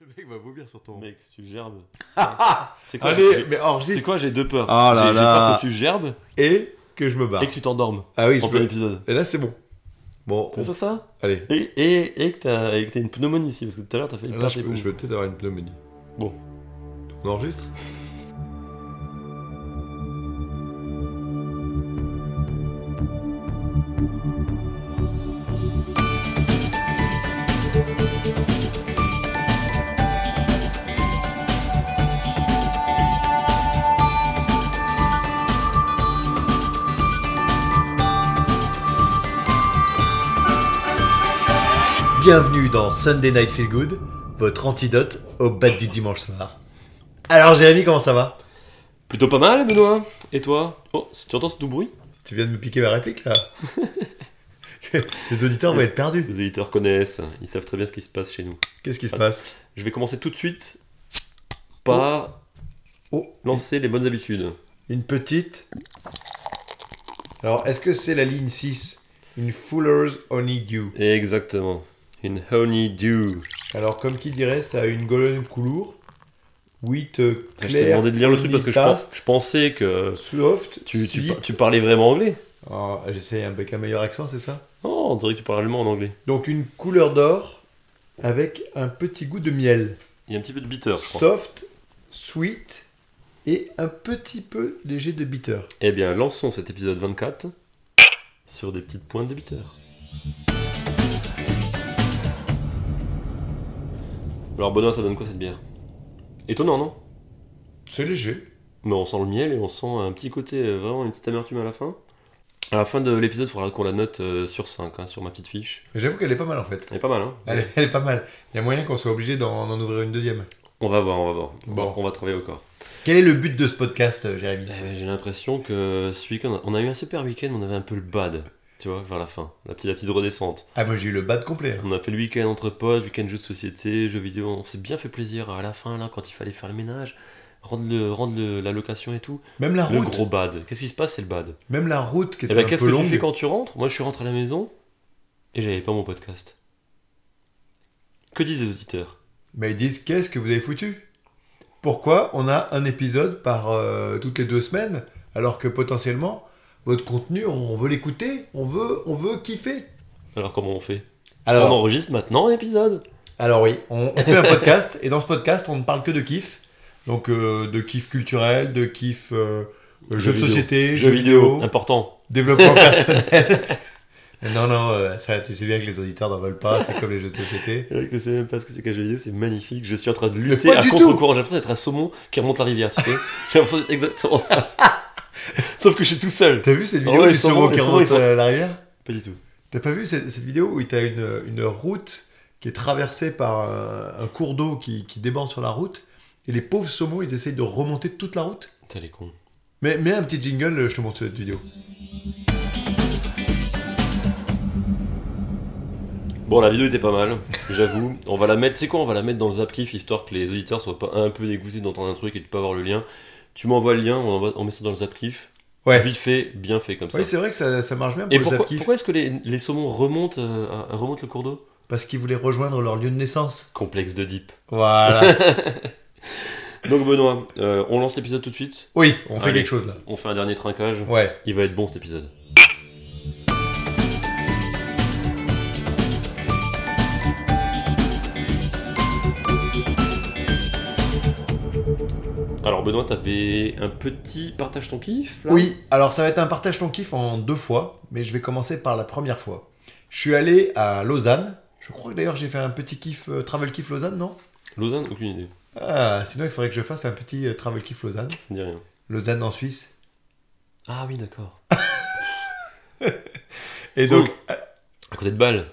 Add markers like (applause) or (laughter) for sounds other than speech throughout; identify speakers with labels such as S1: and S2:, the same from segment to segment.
S1: mec va vomir sur ton.
S2: Mec, si tu gerbes. (laughs)
S1: Ah,
S2: C'est quoi
S1: Allez,
S2: j'ai-
S1: mais
S2: C'est
S1: enregistre
S2: quoi J'ai deux peurs.
S1: Ah là
S2: J'ai- j'ai
S1: là.
S2: peur que tu gerbes
S1: et que je me barre.
S2: et que tu t'endormes
S1: Ah oui, je
S2: en plein
S1: peux.
S2: épisode.
S1: Et là, c'est bon. Bon,
S2: T'es
S1: on-
S2: sûr ça
S1: allez.
S2: et, et, et que t'as et que t'as une pneumonie ici, parce que tout à l'heure t'as failli
S1: Là,
S2: perdre
S1: je
S2: tes
S1: peux, je
S2: poumons.
S1: peux peut-être avoir une pneumonie.
S2: Bon.
S1: On enregistre
S3: Bienvenue dans Sunday Night Feel Good, votre antidote au bad du dimanche soir. Alors Jérémy, comment ça va
S2: Plutôt pas mal, Benoît. Et toi Oh, si tu entends ce doux bruit
S3: Tu viens de me piquer ma
S2: (laughs)
S3: réplique là Les auditeurs vont être perdus.
S2: Les auditeurs connaissent, ils savent très bien ce qui se passe chez nous.
S3: Qu'est-ce qui se passe
S2: Je vais commencer tout de suite par
S3: Oh,
S2: lancer les bonnes habitudes.
S3: une petite. Alors, est-ce que c'est la ligne 6 Une Fuller's Honey Dew.
S2: Exactement. Une honeydew.
S3: Alors, comme qui dirait, ça a une golden euh, coulour. 8
S2: Ah, Je t'ai demandé de lire le truc parce que je, pens- je pensais que
S3: Soft,
S2: tu, tu,
S3: sweet.
S2: par- tu parlais vraiment anglais.
S3: Oh, J'essaye avec un meilleur accent, c'est ça
S2: Oh, on dirait que tu parles allemand en anglais.
S3: Donc une couleur d'or avec un petit goût de miel.
S2: Il y a un petit peu de bitter, je crois.
S3: Soft, sweet et un petit peu léger de bitter.
S2: Eh bien, lançons cet épisode 24 sur des petites pointes de bitter. Alors, Benoît, ça donne quoi cette bière Étonnant, non
S3: C'est léger.
S2: Mais on sent le miel et on sent un petit côté, euh, vraiment une petite amertume à la fin. À la fin de l'épisode, il faudra qu'on la note euh, sur 5, hein, sur ma petite fiche.
S3: J'avoue qu'elle est pas mal en fait.
S2: Elle est pas mal, hein
S3: Elle est, elle est pas mal. Il y a moyen qu'on soit obligé d'en en ouvrir une deuxième.
S2: On va voir, on va voir.
S3: Bon.
S2: On va travailler encore.
S3: Quel est le but de ce podcast, euh, Jérémy
S2: Eh ben, J'ai l'impression que ce week-end, on a eu un super week-end, on avait un peu le bad, tu vois, vers la fin. La petite, la petite redescente.
S3: Ah moi j'ai eu le bas de complet. hein.
S2: On a fait le week-end entre potes, week-end jeux de société, jeux vidéo, on s'est bien fait plaisir à la fin, là, quand il fallait faire le ménage, rendre, le, rendre le- la location et tout.
S3: Même la
S2: le
S3: route.
S2: gros bad. Qu'est-ce qui se passe, c'est le bad
S3: Même la route qui
S2: Eh
S3: était
S2: ben,
S3: un
S2: qu'est-ce
S3: peu
S2: que tu
S3: longue.
S2: fais quand tu rentres Moi, je suis rentré à la maison et j'avais pas mon podcast. Que disent les auditeurs
S3: Mais ils disent qu'est-ce que vous avez foutu Pourquoi on a un épisode par euh, toutes les deux semaines alors que potentiellement votre contenu on veut l'écouter, on veut on veut kiffer.
S2: Alors, comment on fait
S3: Alors,
S2: On enregistre maintenant un épisode
S3: alors oui, on, on fait un podcast et dans ce podcast on ne parle que de kiff. Donc euh, de kiff culturel, de kiff euh, euh,
S2: Jeux
S3: jeux de
S2: vidéo.
S3: société,
S2: Jeux
S3: jeux
S2: vidéo,
S3: vidéo,
S2: important. (laughs)
S3: développement personnel. (laughs) non non, euh, ça tu sais bien que les auditeurs n'en veulent pas, c'est comme les jeux de société.
S2: Le mec ne sait même pas ce que c'est qu'un jeu vidéo, c'est magnifique. Je suis en train de
S3: Mais
S2: lutter
S3: pas
S2: à
S3: du
S2: contre-courant. J'ai l'impression d'être un saumon qui remonte la rivière, tu (laughs) sais. J'ai l'impression d'être exactement ça. (laughs) Sauf que je suis tout seul.
S3: T'as vu cette
S2: Oh
S3: vidéo
S2: ouais,
S3: du
S2: ils sont
S3: sauron
S2: bons,
S3: qui
S2: ils sont bons,
S3: remonte
S2: ils sont-
S3: euh, la rivière
S2: Pas du tout.
S3: T'as pas vu cette, cette vidéo où t'as une, une route qui est traversée par un, un cours d'eau qui, qui déborde sur la route et les pauvres saumons ils essayent de remonter toute la route
S2: Putain, les cons.
S3: Mais mets un petit jingle, euh, je te montre cette vidéo.
S2: Bon, la vidéo était pas mal, j'avoue. On va la mettre, tu sais quoi, on va la mettre dans le zap kiff histoire que les auditeurs soient pas un peu dégoûtés d'entendre un truc et de pas avoir le lien. Tu m'envoies le lien, on, envoie- on met ça dans le zap kiff.
S3: Ouais.
S2: Vite fait, bien fait comme ça.
S3: Oui, c'est vrai que ça, ça marche bien pour
S2: et
S3: les
S2: pourquoi,
S3: apkifs,
S2: pourquoi est-ce que les, les saumons remontent, euh, à- remontent le cours d'eau
S3: parce qu'ils voulaient rejoindre leur lieu de naissance.
S2: Complexe de deep.
S3: Voilà.
S2: Donc Benoît, euh, on lance l'épisode tout de suite.
S3: (laughs) oui, on fait
S2: Allez.
S3: quelque chose là.
S2: On fait un dernier trinquage.
S3: Ouais.
S2: Il va être bon cet épisode. Alors Benoît, t'avais un petit partage ton kiff là
S3: Oui, alors ça va être un partage ton kiff en deux fois, mais je vais commencer par la première fois. Je suis allé à Lausanne. Je crois que d'ailleurs j'ai fait un petit kiff, euh, travel kiff Lausanne, non
S2: Lausanne, aucune idée,
S3: Ah, sinon il faudrait que je fasse un petit euh, travel kiff Lausanne.
S2: ça me dit rien.
S3: Lausanne en Suisse.
S2: Ah oui, d'accord.
S3: Et donc,
S2: À côté de Bâle.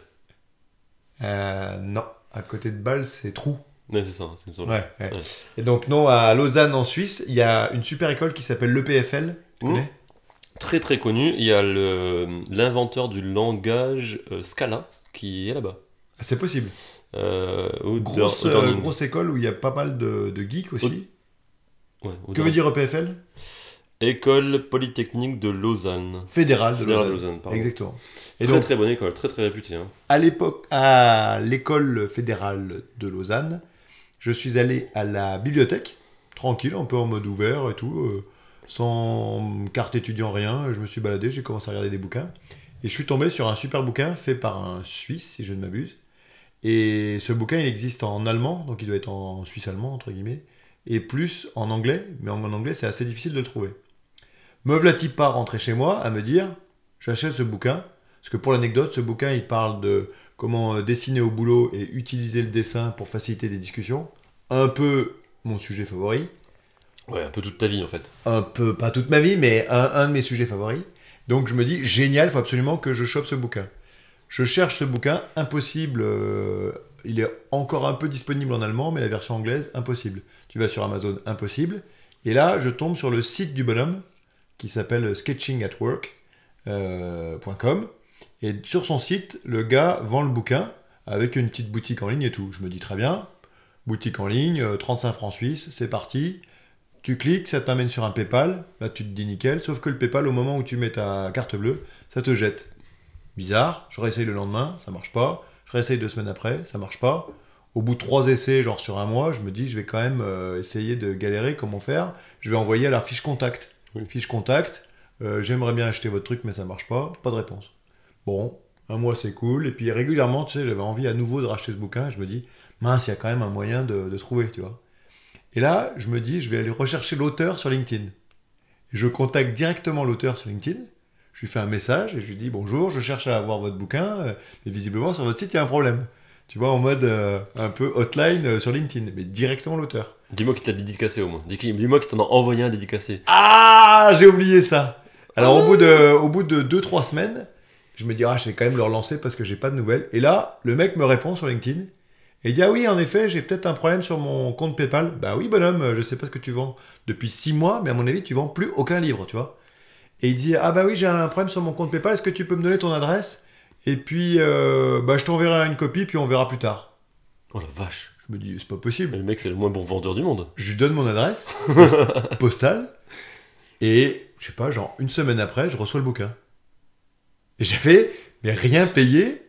S3: euh, non, à côté de Bâle, c'est Trou.
S2: Ouais, c'est ça, c'est me semble.
S3: Ouais, ouais.
S2: Ouais.
S3: Et donc, non, à Lausanne, en Suisse, il y a une super école qui s'appelle l'EPFL. Tu
S2: Mmh.
S3: connais
S2: Très très connu, il y a le- l'inventeur du langage euh, Scala qui est là-bas.
S3: Ah, C'est possible.
S2: Euh, au
S3: Grosse,
S2: Dor- au
S3: euh,
S2: Dorning.
S3: grosse école où il y a pas mal de, de geeks aussi.
S2: Ouais, au
S3: que
S2: Dorning.
S3: veut dire E EPFL
S2: École Polytechnique de Lausanne.
S3: Fédérale de
S2: Fédérale
S3: Lausanne.
S2: de Lausanne, pardon.
S3: Exactement. Et
S2: Très
S3: donc,
S2: très bonne école, très très réputée. hein.
S3: à l'époque, à l'école fédérale de Lausanne, je suis allé à la bibliothèque, tranquille, un peu en mode ouvert et tout, euh, sans carte étudiant, rien. Je me suis baladé, j'ai commencé à regarder des bouquins. Et je suis tombé sur un super bouquin fait par un Suisse, si je ne m'abuse. Et ce bouquin, il existe en allemand, donc il doit être en suisse allemand, entre guillemets, et plus en anglais, mais en en anglais, c'est assez difficile de le trouver. Me v'là-t-il pas rentré chez moi à me dire j'achète ce bouquin, parce que pour l'anecdote, ce bouquin, il parle de comment euh, dessiner au boulot et utiliser le dessin pour faciliter des discussions. Un peu mon sujet favori,
S2: Ouais, un peu toute ta vie en fait.
S3: un peu, pas toute ma vie, mais un, un de mes sujets favoris. Donc je me dis, génial, il faut absolument que je chope ce bouquin. Je cherche ce bouquin, impossible. euh, il est encore un peu disponible en allemand, mais la version anglaise, impossible. Tu vas sur Amazon, impossible. Et là, je tombe sur le site du bonhomme, qui s'appelle sketchingatwork.com. euh, Et sur son site, le gars vend le bouquin avec une petite boutique en ligne et tout. Je me dis, très bien, boutique en ligne, euh, 35 francs suisses, c'est parti. Tu cliques, ça t'amène sur un PayPal, là tu te dis nickel, sauf que le PayPal, au moment où tu mets ta carte bleue, ça te jette. Bizarre, je réessaye le lendemain, ça marche pas, je réessaye deux semaines après, ça marche pas. Au bout de trois essais, genre sur un mois, je me dis, je vais quand même euh, essayer de galérer, comment faire Je vais envoyer à la fiche contact.
S2: Oui.
S3: Fiche contact, euh, j'aimerais bien acheter votre truc, mais ça marche pas, pas de réponse. Bon, un mois c'est cool, et puis régulièrement, tu sais, j'avais envie à nouveau de racheter ce bouquin, et je me dis, mince, il y a quand même un moyen de, de trouver, tu vois. Et là, je me dis, je vais aller rechercher l'auteur sur LinkedIn. Je contacte directement l'auteur sur LinkedIn, je lui fais un message et je lui dis bonjour, je cherche à avoir votre bouquin, euh, mais visiblement sur votre site il y a un problème. Tu vois, en mode euh, un peu hotline euh, sur LinkedIn, mais directement l'auteur.
S2: Dis-moi qui t'a dédicacé au moins. Dis- Dis-moi qui t'en a envoyé un dédicacé.
S3: Ah, j'ai oublié ça. Alors au bout de au bout de 2 3 semaines, je me dis ah, je vais quand même le relancer parce que j'ai pas de nouvelles et là, le mec me répond sur LinkedIn et il dit ah oui, en effet, j'ai peut-être un problème sur mon compte PayPal. Bah oui, bonhomme, je sais pas ce que tu vends depuis 6 mois, mais à mon avis, tu vends plus aucun livre, tu vois. Et il dit ah bah oui, j'ai un problème sur mon compte PayPal, est-ce que tu peux me donner ton adresse et puis euh, bah je t'enverrai une copie puis on verra plus tard.
S2: Oh la vache.
S3: Je me dis c'est pas possible
S2: Mais le mec, c'est le moins bon vendeur du monde.
S3: je lui donne mon adresse
S2: (laughs)
S3: post- postale et je sais pas, genre une semaine après, je reçois le bouquin. Et j'avais mais rien payé,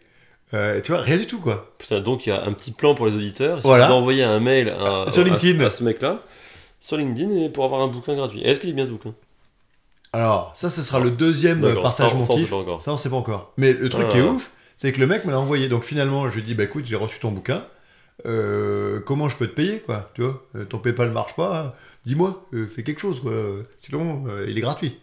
S3: euh, tu vois, rien du tout quoi.
S2: Putain, donc il y a un petit plan pour les auditeurs. Il suffit
S3: Voilà. Ah,
S2: d'envoyer un mail à,
S3: Sur
S2: à-
S3: LinkedIn.
S2: à ce mec-là. Sur LinkedIn et pour avoir un bouquin gratuit. Est-ce qu'il est bien ce bouquin
S3: Alors ça, ce sera le deuxième euh,
S2: D'accord,
S3: partage
S2: ça,
S3: mon
S2: ça, on sait
S3: kiff.
S2: pas encore.
S3: Ça, on sait pas encore. Mais le truc
S2: Ah.
S3: qui est ouf, c'est que le mec me l'a envoyé. Donc finalement, je lui dis bah écoute, j'ai reçu ton bouquin. Euh, comment je peux te payer quoi Tu vois, euh, ton PayPal marche pas. hein. Dis-moi, euh, fais quelque chose quoi. Sinon, euh, il est gratuit.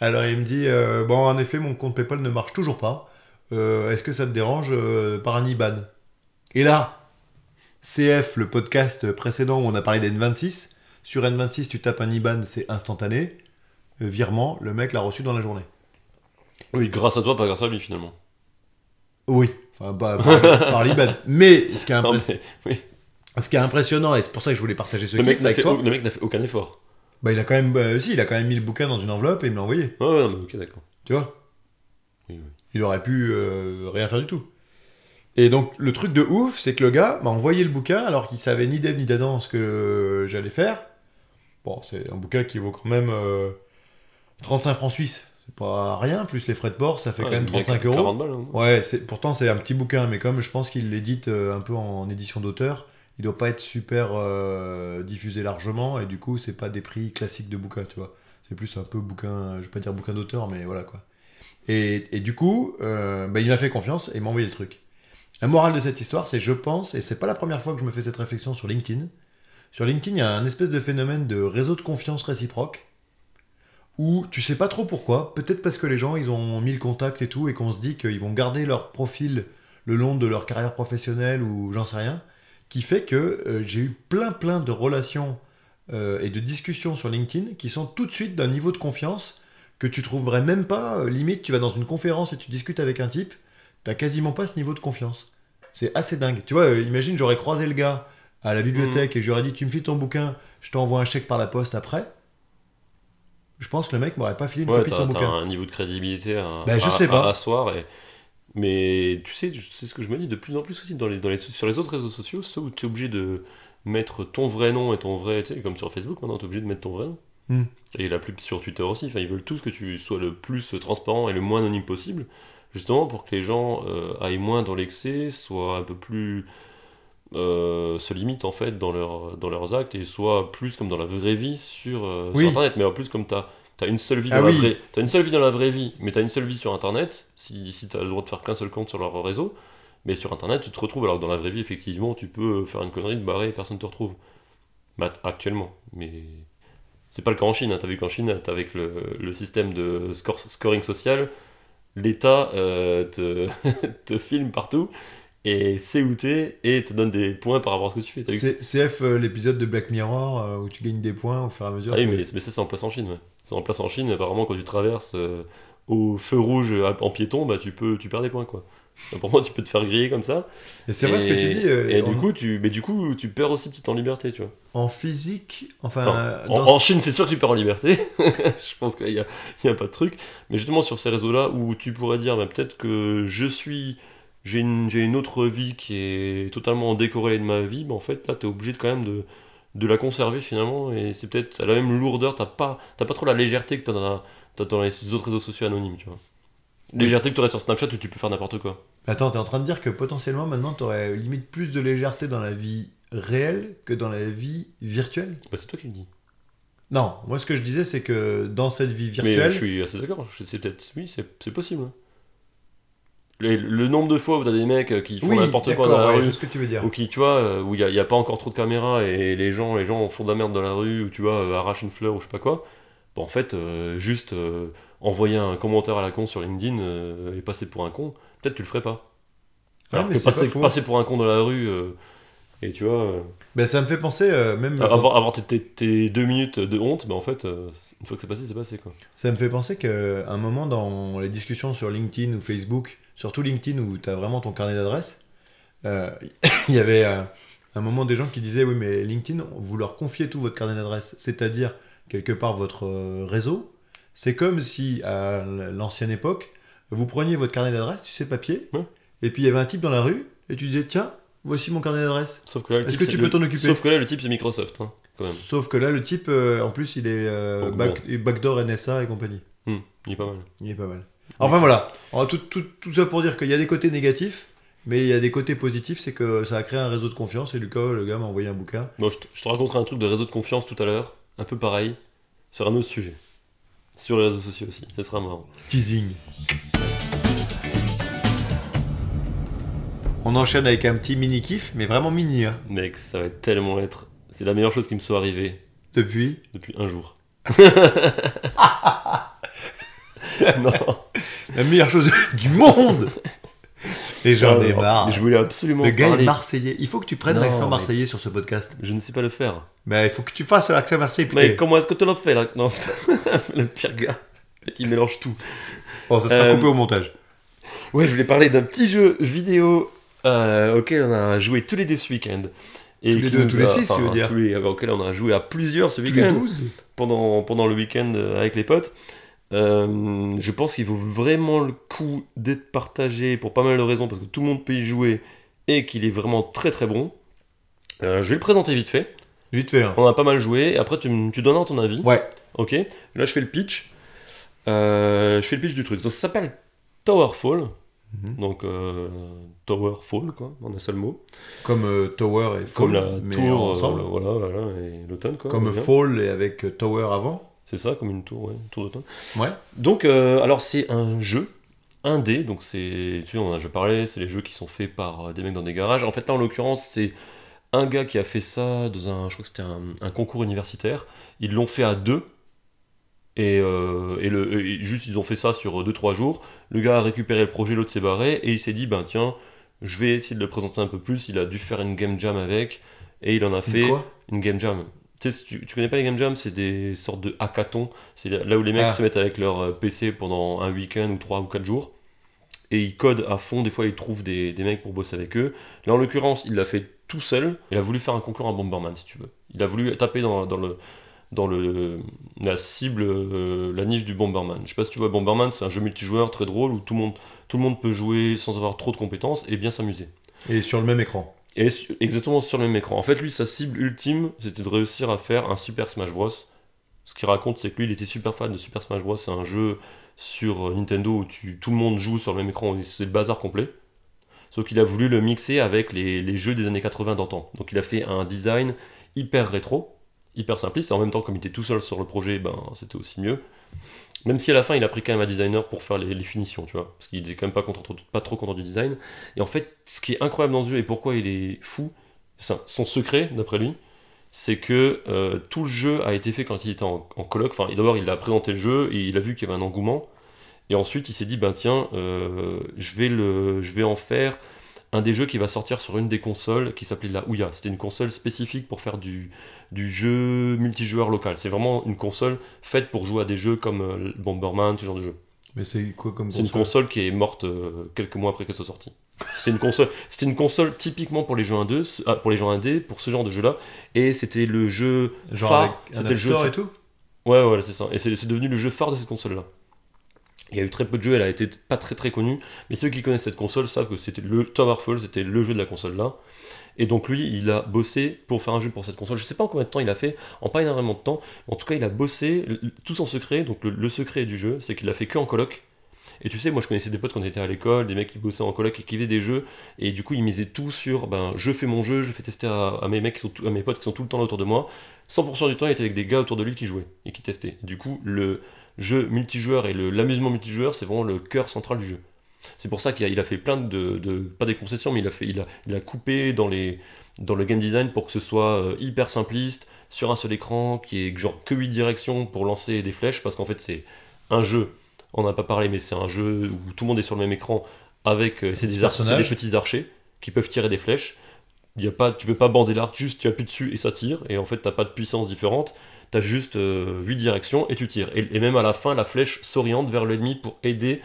S3: Alors il me dit euh, bon en effet mon compte PayPal ne marche toujours pas. Euh, Est-ce que ça te dérange euh, par un IBAN Et là, CF, le podcast précédent où on a parlé d'N26, sur N26 tu tapes un IBAN, c'est instantané. Euh, Virement, le mec l'a reçu dans la journée.
S2: Oui, grâce à toi, pas grâce à lui finalement.
S3: Oui, enfin bah, (laughs) par, par l'IBAN. Mais ce qui est,
S2: Non,
S3: impré-
S2: mais
S3: ce qui est impressionnant, et c'est pour ça que je voulais partager ce
S2: le, mec
S3: kiff
S2: n'a
S3: avec
S2: fait,
S3: toi,
S2: au- le mec n'a fait aucun effort.
S3: bah, il, a quand même, bah, si, il a quand même mis le bouquin dans une enveloppe et il me l'a envoyé.
S2: Ouais, ouais, non, mais ok, d'accord.
S3: Tu vois
S2: Oui, oui.
S3: Il aurait pu euh, rien faire du tout. Et donc, le truc de ouf, c'est que le gars m'a envoyé le bouquin alors qu'il savait ni d'Eve ni d'Adam ce que euh, j'allais faire. Bon, c'est un bouquin qui vaut quand même euh, 35 francs suisses. C'est pas rien, plus les frais de port, ça fait
S2: Ouais,
S3: quand même
S2: bien
S3: 35
S2: 40
S3: euros.
S2: balles, hein.
S3: Ouais, c'est- pourtant c'est un petit bouquin, mais comme je pense qu'il l'édite euh, un peu en, édition d'auteur, il doit pas être super euh, diffusé largement, et du coup c'est pas des prix classiques de bouquins, tu vois. C'est plus un peu bouquin, je vais pas dire bouquin d'auteur, mais voilà quoi. Et, et du coup, euh, bah, il m'a fait confiance et il m'a envoyé le truc. La morale de cette histoire, c'est je pense, et c'est pas la première fois que je me fais cette réflexion sur LinkedIn, sur LinkedIn, il y a un espèce de phénomène de réseau de confiance réciproque où tu sais pas trop pourquoi, peut-être parce que les gens ils ont mis le contact et tout et qu'on se dit qu'ils vont garder leur profil le long de leur carrière professionnelle ou j'en sais rien, qui fait que euh, j'ai eu plein plein de relations euh, et de discussions sur LinkedIn qui sont tout de suite d'un niveau de confiance que tu trouverais même pas, euh, limite tu vas dans une conférence et tu discutes avec un type, t'as quasiment pas ce niveau de confiance. C'est assez dingue. Tu vois, euh, imagine j'aurais croisé le gars à la bibliothèque et j'aurais dit tu me files ton bouquin, je t'envoie un chèque par la poste après. Je pense que le mec m'aurait pas filé une
S2: Ouais,
S3: copie de son
S2: t'as t'as
S3: bouquin.
S2: un niveau de crédibilité à,
S3: Bah, je
S2: à-
S3: sais
S2: à-
S3: pas.
S2: à asseoir. Et... Mais tu sais, c'est ce que je me dis de plus en plus aussi dans les, dans les, sur les autres réseaux sociaux, ceux où tu es obligé de mettre ton vrai nom et ton vrai. Tu sais, comme sur Facebook maintenant, tu es obligé de mettre ton vrai nom.
S3: Hmm.
S2: Et la plus sur Twitter aussi, enfin, ils veulent tous que tu sois le plus transparent et le moins anonyme possible, justement pour que les gens euh, aillent moins dans l'excès, soient un peu plus euh, se limitent en fait dans, leur, dans leurs actes et soient plus comme dans la vraie vie sur, euh,
S3: Oui.
S2: sur Internet. Mais en plus, comme t'as as une seule vie dans
S3: Ah
S2: la
S3: oui.
S2: vraie, t'as une seule vie dans la vraie vie, mais t'as une seule vie sur Internet. Si, si t'as le droit de faire qu'un seul compte sur leur réseau, mais sur Internet, tu te retrouves. Alors que dans la vraie vie, effectivement, tu peux euh, faire une connerie, te barrer, et personne te retrouve. Bah, actuellement, mais c'est pas le cas en Chine. hein. T'as vu qu'en Chine, t'as avec le, le système de score- scoring social, l'État euh, te, (laughs) te filme partout et sait où t'es et te donne des points par rapport à ce que tu fais. T'as vu que
S3: C'est CF, euh, l'épisode de Black Mirror euh, où tu gagnes des points au fur et à mesure.
S2: Ah oui,
S3: que-
S2: mais, mais ça, c'est en place en Chine. ouais. C'est en place en Chine, apparemment, quand tu traverses euh, au feu rouge euh, en piéton, bah, tu, peux, tu perds des points. quoi. Donc, Pour moi, tu peux te faire griller comme ça.
S3: Et c'est vrai ce que tu
S2: Et-
S3: dis. euh,
S2: Et,
S3: en,
S2: du coup, tu, mais du coup, tu perds aussi petit en liberté. Tu vois.
S3: en physique, enfin,
S2: Enfin,
S3: euh,
S2: en,
S3: dans-
S2: en Chine, c'est sûr que tu perds en (laughs) liberté. je pense qu'il n'y a, il y a pas de truc. Mais justement, sur ces réseaux-là, où tu pourrais dire bah, peut-être que je suis. J'ai une, j'ai une autre vie qui est totalement décorrélée de ma vie, mais en fait, là, tu es obligé de, quand même de, de la conserver finalement. Et c'est peut-être à la même lourdeur, tu pas, t'as pas trop la légèreté que tu as dans, t'as dans les autres réseaux sociaux anonymes. Tu vois. Légèreté que tu aurais sur Snapchat où tu peux faire n'importe quoi.
S3: Attends, t'es en train de dire que potentiellement maintenant t'aurais limite plus de légèreté dans la vie réelle que dans la vie virtuelle
S2: Bah, c'est toi qui le dis.
S3: Non, moi ce que je disais c'est que dans cette vie
S2: Mais euh,
S3: virtuelle.
S2: je suis assez d'accord, je- c'est peut-être. Oui, c'est c'est possible. hein. Le, le nombre de fois où t'as des mecs euh, qui font
S3: Oui,
S2: n'importe quoi
S3: d'accord,
S2: dans
S3: ouais,
S2: la
S3: je
S2: rue,
S3: sais ce que tu veux dire.
S2: ou qui, tu vois, euh, où il n'y a, pas encore trop de caméras et les gens, les gens font de la merde dans la rue, ou tu vois, euh, arrachent une fleur ou je sais pas quoi. Bon, en fait, euh, juste euh, envoyer un commentaire à la con sur LinkedIn euh, et passer pour un con, peut-être tu le ferais pas.
S3: Ouais,
S2: Alors
S3: mais
S2: que
S3: c'est pas
S2: passer,
S3: faux.
S2: passer pour un con dans la rue, euh, et tu vois, euh,
S3: Ben, ça me fait penser euh, même.
S2: avoir, avoir tes, tes- tes deux minutes de honte, bah en fait, euh, une fois que c'est passé, c'est passé quoi.
S3: Ça me fait penser qu'à un moment dans les discussions sur LinkedIn ou Facebook, surtout LinkedIn où tu as vraiment ton carnet d'adresses, euh, (laughs) il y avait euh, un moment des gens qui disaient Oui, mais LinkedIn, vous leur confiez tout votre carnet d'adresses, c'est-à-dire quelque part votre euh, réseau. C'est comme si à l'ancienne époque, vous preniez votre carnet d'adresses, tu sais, papier,
S2: Ouais.
S3: et puis il y avait un type dans la rue, et tu disais Tiens, voici mon carnet d'adresses.
S2: Sauf que là, le
S3: Est-ce
S2: type,
S3: que
S2: c'est-
S3: tu
S2: le-
S3: peux t'en occuper
S2: Sauf que là, le type, c'est Microsoft, hein, quand même.
S3: Sauf que là, le type, euh, en plus, il est euh,
S2: Donc,
S3: back- backdoor NSA et compagnie.
S2: Hmm, il est pas mal.
S3: Il est pas mal. Enfin voilà, En tout, tout, tout ça pour dire qu'il y a des côtés négatifs, mais il y a des côtés positifs, c'est que ça a créé un réseau de confiance et Lucas, le gars, m'a envoyé un bouquin.
S2: Bon, je te, je te raconterai un truc de réseau de confiance tout à l'heure, un peu pareil, sur un autre sujet. Sur les réseaux sociaux aussi, ça sera marrant.
S3: Teasing. On enchaîne avec un petit mini kiff, mais vraiment mini, hein.
S2: Mec, ça va tellement être. C'est la meilleure chose qui me soit arrivée
S3: Depuis.
S2: depuis un jour. (laughs) non,
S3: La meilleure chose (laughs) du monde Et j'en ai
S2: Alors,
S3: marre.
S2: Euh, oh, mais Je voulais absolument
S3: Le gars est
S2: parler.
S3: marseillais. Il faut que tu prennes
S2: Non,
S3: l'accent
S2: mais-
S3: marseillais sur ce podcast.
S2: Je ne sais pas le faire.
S3: Mais il faut que tu fasses l'accent marseillais.
S2: Mais
S3: putain.
S2: comment est-ce que tu l'as fait là Non, (laughs) putain, le pire gars qui mélange tout.
S3: Bon, Oh, ça sera
S2: Euh,
S3: coupé au montage.
S2: Ouais, je voulais parler d'un petit jeu vidéo euh, auquel on a joué tous les deux ce week-end. Et
S3: Tous les
S2: qui
S3: deux,
S2: nous
S3: tous les
S2: a-
S3: six, tu veux dire.
S2: tous les- euh, auquel on a joué à plusieurs ce
S3: Tous les
S2: week-end,
S3: 12
S2: pendant, pendant le week-end euh, avec les potes. Euh, je pense qu'il vaut vraiment le coup d'être partagé pour pas mal de raisons, parce que tout le monde peut y jouer et qu'il est vraiment très très bon. Euh, je vais le présenter vite fait.
S3: Vite fait, hein.
S2: On a pas mal joué, et après tu, me- tu donneras ton avis.
S3: Ouais.
S2: Ok, là je fais le pitch. Euh, je fais le pitch du truc. Donc ça s'appelle Towerfall.
S3: Mhm.
S2: Donc euh, Towerfall, quoi, en un seul mot.
S3: Comme euh, Tower et Fall,
S2: Comme la
S3: mais
S2: tour,
S3: ensemble.
S2: euh, voilà, voilà, et l'automne, quoi.
S3: comme
S2: bien.
S3: Fall et avec euh, Tower avant.
S2: C'est ça, comme une tour, ouais, une tour d'automne.
S3: Ouais.
S2: Donc, euh, alors c'est un jeu indé, donc c'est, tu sais, on en a déjà parlé, c'est les jeux qui sont faits par euh, des mecs dans des garages. En fait, là, en l'occurrence, c'est un gars qui a fait ça dans un, je crois que c'était un, un concours universitaire. Ils l'ont fait à deux. Et, euh, et le, et juste, ils ont fait ça sur 2-3 jours. Le gars a récupéré le projet, l'autre s'est barré, et il s'est dit, ben tiens, je vais essayer de le présenter un peu plus. Il a dû faire une game jam avec, et il en a fait
S3: Quoi
S2: une game jam. Tu, sais, si tu, tu connais pas les game jams, c'est des sortes de hackathons. C'est là là où les mecs
S3: Ah.
S2: se mettent avec leur euh, PC pendant un week-end ou trois ou quatre jours. Et ils codent à fond. Des fois, ils trouvent des, des mecs pour bosser avec eux. Là, en l'occurrence, il l'a fait tout seul. Il a voulu faire un concurrent à Bomberman, si tu veux. Il a voulu taper dans, dans le dans le la cible euh, la niche du Bomberman. Je sais pas si tu vois Bomberman, c'est un jeu multijoueur très drôle où tout le monde tout le monde peut jouer sans avoir trop de compétences et bien s'amuser.
S3: Et sur le même écran.
S2: Et su- exactement sur le même écran. En fait, lui, sa cible ultime, c'était de réussir à faire un Super Smash Bros. Ce qu'il raconte, c'est que lui, il était super fan de Super Smash Bros. C'est un jeu sur euh, Nintendo où tu- tout le monde joue sur le même écran et c'est le bazar complet. Sauf qu'il a voulu le mixer avec les, les jeux des années 80 d'antan. Donc il a fait un design hyper rétro, hyper simpliste. Et en même temps, comme il était tout seul sur le projet, ben, c'était aussi mieux. Même si à la fin, il a pris quand même un designer pour faire les, les finitions, tu vois. Parce qu'il était quand même pas, content- pas trop content du design. Et en fait, ce qui est incroyable dans ce jeu et pourquoi il est fou, c'est un- son secret, d'après lui, c'est que euh, tout le jeu a été fait quand il était en, en colloque. Enfin, d'abord, il a présenté le jeu, et il a vu qu'il y avait un engouement. Et ensuite, il s'est dit, ben tiens, euh, je, vais le, je vais en faire un des jeux qui va sortir sur une des consoles qui s'appelait la Ouya. C'était une console spécifique pour faire du, du jeu multijoueur local. C'est vraiment une console faite pour jouer à des jeux comme euh, le Bomberman, ce genre de jeu.
S3: Mais c'est quoi comme
S2: C'est une
S3: console
S2: console qui est morte euh, quelques mois après qu'elle soit sortie. (laughs) C'est une console, c'était une console typiquement pour les jeux indés, ce- ah, pour les jeux indés, pour ce genre de jeu-là. Et c'était le jeu
S3: Genre
S2: phare.
S3: avec un
S2: c'était
S3: App
S2: le jeu.
S3: Store et tout
S2: Ouais, ouais, c'est ça. Et c'est c'est devenu le jeu phare de cette console-là. Il y a eu très peu de jeux, elle a été pas très très connue, mais ceux qui connaissent cette console savent que c'était le Towerfall, c'était le jeu de la console-là. Et donc lui, il a bossé pour faire un jeu pour cette console. Je sais pas en combien de temps il a fait, en pas énormément de temps. En tout cas, il a bossé l- l- tout son secret. Donc le, le secret du jeu, c'est qu'il l'a fait que en coloc. Et tu sais, moi je connaissais des potes quand on était à l'école, des mecs qui bossaient en coloc et qui faisaient des jeux. Et du coup, ils misaient tout sur, ben, je fais mon jeu, je fais tester à, à mes mecs qui sont tout- à mes potes qui sont tout le temps là autour de moi. 100% du temps, il était avec des gars autour de lui qui jouaient et qui testaient. Du coup, le jeu multijoueur et le- l'amusement multijoueur, c'est vraiment le cœur central du jeu. C'est pour ça qu'il a, il a fait plein de, de- Pas des concessions, mais il a, fait, il a, il a coupé dans, les, dans le game design pour que ce soit euh, hyper simpliste, sur un seul écran, qui est genre que 8 directions pour lancer des flèches, parce qu'en fait, c'est un jeu. On n'a pas parlé, mais c'est un jeu où tout le monde est sur le même écran avec euh, c'est des, ar- c'est des
S3: personnages.
S2: petits archers qui peuvent tirer des flèches. Il y a pas, tu peux pas bander l'arc, juste tu appuies dessus et ça tire. Et en fait, t'as pas de puissance différente. T'as juste 8 directions et tu tires. Et, et même à la fin, la flèche s'oriente vers l'ennemi pour aider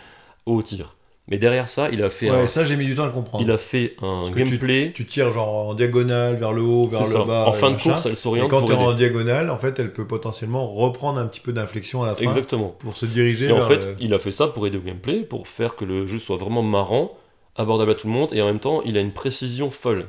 S2: au tir. Mais derrière ça, il a fait
S3: Ouais,
S2: un,
S3: ça j'ai mis du temps à le comprendre.
S2: il a fait un
S3: que tu-
S2: gameplay.
S3: Tu tires genre en diagonale, vers le haut, vers
S2: c'est
S3: le
S2: ça.
S3: bas.
S2: en fin
S3: et
S2: de
S3: machin.
S2: course, elle
S3: Et
S2: s'oriente
S3: quand
S2: pour
S3: t'es
S2: aider.
S3: en diagonale, en fait, elle peut potentiellement reprendre un petit peu d'inflexion à la fin euh,
S2: Exactement.
S3: pour se diriger
S2: Et en
S3: vers
S2: fait,
S3: le-
S2: il a fait ça pour aider au gameplay, pour faire que le jeu soit vraiment marrant, abordable à tout le monde, et en même temps, il a une précision folle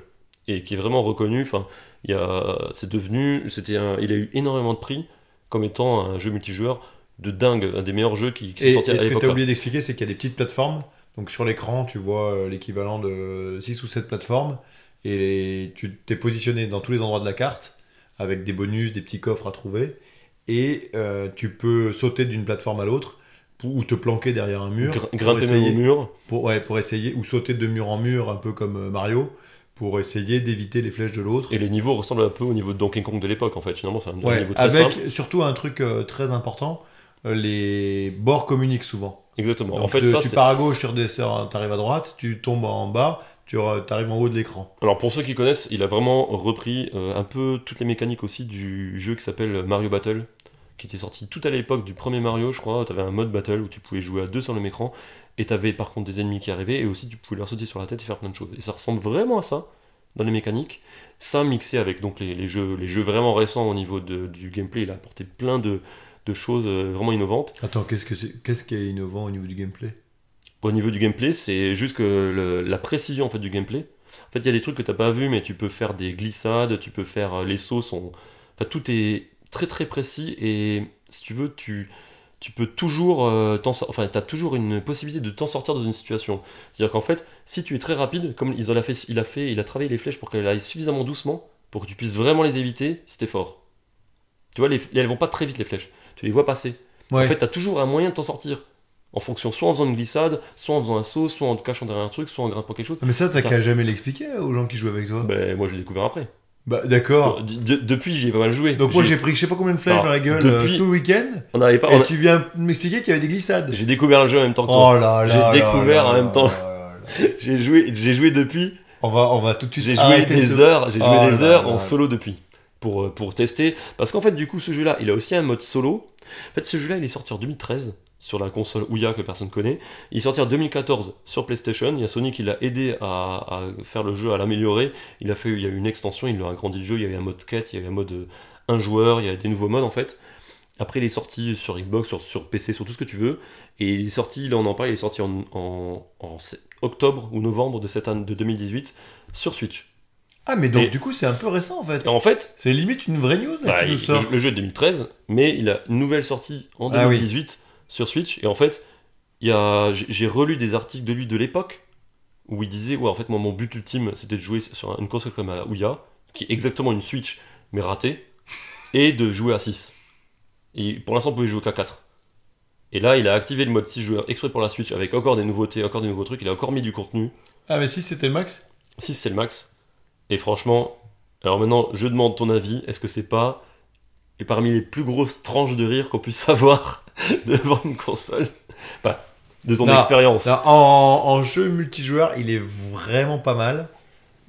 S2: et qui est vraiment reconnue. Enfin, il y a, c'est devenu, c'était, un- il a eu énormément de prix comme étant un jeu multijoueur de dingue, un des meilleurs jeux qui, qui
S3: Et,
S2: sont sortis
S3: et
S2: à
S3: ce que
S2: l'époque.
S3: t'as oublié d'expliquer, c'est qu'il y a des petites plateformes. Donc sur l'écran, tu vois euh, l'équivalent de 6 ou 7 plateformes. Et les- tu t'es positionné dans tous les endroits de la carte, avec des bonus, des petits coffres à trouver. Et euh, tu peux sauter d'une plateforme à l'autre, pour- ou te planquer derrière un mur. pour
S2: grimper même au
S3: essayer-
S2: mur.
S3: pour, ouais, pour essayer, ou sauter de mur en mur, un peu comme euh, Mario, pour essayer d'éviter les flèches de l'autre.
S2: Et les niveaux ressemblent un peu au niveau de Donkey Kong de l'époque, en fait. Finalement, c'est un, un
S3: Ouais,
S2: niveau très
S3: avec
S2: simple.
S3: surtout un truc euh, très important, euh, les bords communiquent souvent.
S2: Exactement. en
S3: Donc,
S2: fait,
S3: de-
S2: ça,
S3: tu
S2: c'est-
S3: pars à gauche, tu redescends, t'arrives à droite, tu tombes en bas, tu re- t'arrives en haut de l'écran.
S2: Alors pour ceux qui connaissent, il a vraiment repris euh, un peu toutes les mécaniques aussi du jeu qui s'appelle Mario Battle, qui était sorti tout à l'époque du premier Mario, je crois. Tu avais un mode battle où tu pouvais jouer à deux sur le même écran, et tu avais par contre des ennemis qui arrivaient, et aussi tu pouvais leur sauter sur la tête et faire plein de choses. Et ça ressemble vraiment à ça dans les mécaniques. Ça mixé avec donc les, les jeux, les jeux vraiment récents au niveau de- du gameplay, il a apporté plein de, de choses euh, vraiment innovantes.
S3: Attends, qu'est-ce que c'est qu'est-ce qui est innovant au niveau du gameplay
S2: Au niveau du gameplay, c'est juste que le- la précision en fait du gameplay. En fait, il y a des trucs que t'as pas vu, mais tu peux faire des glissades, tu peux faire euh, les sauts sont. Enfin, tout est très très précis et si tu veux, tu tu peux toujours euh, t'en sor- enfin, t'as toujours une possibilité de t'en sortir dans une situation. C'est-à-dire qu'en fait, si tu es très rapide, comme ils ont- il a fait, il a fait, il a travaillé les flèches pour qu'elles aillent suffisamment doucement pour que tu puisses vraiment les éviter, si t'es fort. Tu vois, les, elles vont pas très vite les flèches. Tu les vois passer. En fait, t'as toujours un moyen de t'en sortir. En fonction, soit en faisant une glissade, soit en faisant un saut, soit en te cachant derrière un truc, soit en grimpant quelque chose.
S3: Ah, Mais ça, t'as
S2: Attends.
S3: qu'à jamais l'expliquer aux gens qui jouent avec toi.
S2: Ben, moi, je l'ai découvert après.
S3: Bah, d'accord.
S2: Bon, d- d- depuis, j'y ai pas mal joué.
S3: Donc moi, j'ai pris je sais pas combien de flèches
S2: Alors,
S3: dans la gueule euh,
S2: depuis-
S3: tout le week-end,
S2: On n'avait pas.
S3: et
S2: on a-
S3: tu viens m'expliquer qu'il y avait des glissades.
S2: J'ai découvert le jeu en même temps que toi.
S3: Oh là là.
S2: J'ai
S3: là
S2: découvert
S3: là
S2: en
S3: là
S2: même temps.
S3: là là là.
S2: J'ai joué, j'ai joué depuis.
S3: On va, on va tout de suite
S2: J'ai joué
S3: arrêter
S2: des
S3: ce-
S2: heures. J'ai joué
S3: Oh
S2: des
S3: là
S2: heures
S3: là
S2: en
S3: là.
S2: solo depuis pour euh, pour tester. Parce qu'en fait, du coup, ce jeu-là, il a aussi un mode solo. En fait, ce jeu-là, il est sorti en 2013 sur la console Ouya que personne connaît. Il est sorti en 2014 sur PlayStation. Il y a Sony qui l'a aidé à, à faire le jeu, à l'améliorer. Il a fait, il y a eu une extension, il a agrandi le jeu. Il y avait un mode quête, il y avait un mode euh, un joueur, il y a des nouveaux modes en fait. Après, il est sorti sur Xbox, sur, sur PC, sur tout ce que tu veux. Et il est sorti, là on en parle, il est sorti en, en- en se- octobre ou novembre de cette année de 2018 sur Switch.
S3: Ah, mais donc
S2: Et-
S3: du coup, c'est un peu récent en fait.
S2: Et en fait,
S3: C'est limite une vraie news là,
S2: bah,
S3: que tu
S2: il-
S3: nous sors.
S2: le, le jeu est de 2013, mais il a une nouvelle sortie en
S3: Ah oui.
S2: 2018 sur Switch. Et en fait, il y a- j'ai j'ai relu des articles de lui de l'époque où il disait Ouais, en fait, moi, mon but ultime, c'était de jouer sur une console comme la Ouya, qui est exactement une Switch, mais ratée, et de jouer à 6. Et pour l'instant, on pouvait jouer qu'à 4. Et là, il a activé le mode 6 joueurs exprès pour la Switch avec encore des nouveautés, encore des nouveaux trucs. Il a encore mis du contenu.
S3: Ah, mais si c'était le max
S2: 6, c'est le max. Et franchement, alors maintenant, je demande ton avis. Est-ce que c'est pas et parmi les plus grosses tranches de rire qu'on puisse (laughs) avoir devant une console Bah, de ton
S3: Non,
S2: expérience.
S3: Non, en, en jeu multijoueur, il est vraiment pas mal.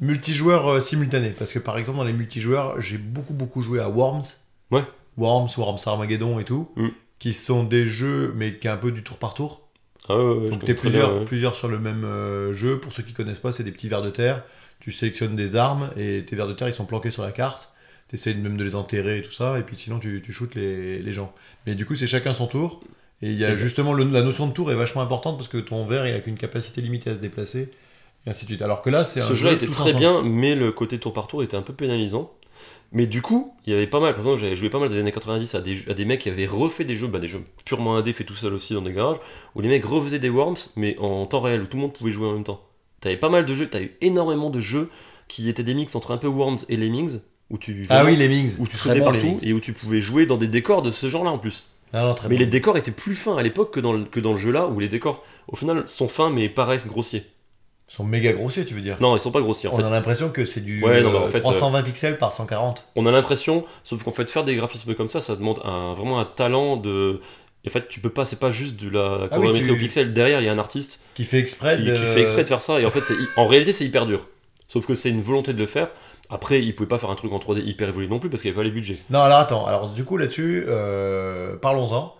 S3: Multijoueur euh, simultané, parce que par exemple dans les multijoueurs, j'ai beaucoup beaucoup joué à Worms.
S2: Ouais.
S3: Worms, Worms Armageddon et tout,
S2: Mm.
S3: qui sont des jeux mais qui est un peu du tour par tour.
S2: Ah ouais, ouais, je
S3: Donc
S2: connais
S3: t'es
S2: très bien,
S3: plusieurs,
S2: ouais.
S3: plusieurs sur le même euh, jeu. Pour ceux qui connaissent pas, c'est des petits vers de terre. Tu sélectionnes des armes et tes vers de terre ils sont planqués sur la carte. T'essayes même de les enterrer et tout ça. Et puis sinon tu, tu shootes les, les gens. Mais du coup c'est chacun son tour. Et il y a
S2: Ok.
S3: justement le- la notion de tour est vachement importante parce que ton verre il a qu'une capacité limitée à se déplacer et ainsi de suite. Alors que là c'est un
S2: Ce jeu a été
S3: tous
S2: très
S3: ensemble.
S2: bien, mais le côté tour par tour était un peu pénalisant. Mais du coup, il y avait pas mal. Par exemple, j'avais joué pas mal des années 90 à des, à des mecs qui avaient refait des jeux, bah, des jeux purement indé, fait tout seul aussi dans des garages, où les mecs refaisaient des Worms, mais en temps réel, où tout le monde pouvait jouer en même temps. T'avais pas mal de jeux, t'as eu énormément de jeux qui étaient des mix entre un peu Worms et Lemmings, où tu,
S3: Ah oui les Mings.
S2: où tu
S3: Très
S2: sautais
S3: bon, les
S2: partout
S3: Mings.
S2: et où tu pouvais jouer dans des décors de ce genre-là en plus.
S3: Ah non, très
S2: Mais
S3: bon.
S2: les décors étaient plus fins à l'époque que dans le, que dans le jeu là, où les décors, au final, sont fins mais paraissent grossiers.
S3: Ils sont méga grossiers tu veux dire.
S2: Non, ils sont pas grossiers en
S3: On
S2: fait.
S3: a l'impression que c'est du
S2: Ouais, non, mais en
S3: euh,
S2: fait,
S3: 320 pixels par 140.
S2: On a l'impression, sauf qu'en fait, faire des graphismes comme ça, ça demande un, vraiment un talent de. En fait, tu peux pas, c'est pas juste de la
S3: Ah oui,
S2: colorimétrie
S3: tu-
S2: au pixel. Derrière, il y a un artiste
S3: Qui fait exprès
S2: qui,
S3: de.
S2: qui fait exprès de faire ça. Et en fait, c'est hy- en réalité, c'est hyper dur. Sauf que c'est une volonté de le faire. Après, il pouvait pas faire un truc en 3D hyper évolué non plus parce qu'il y avait pas les budgets.
S3: Non, alors attends, alors du coup là-dessus, euh, parlons-en,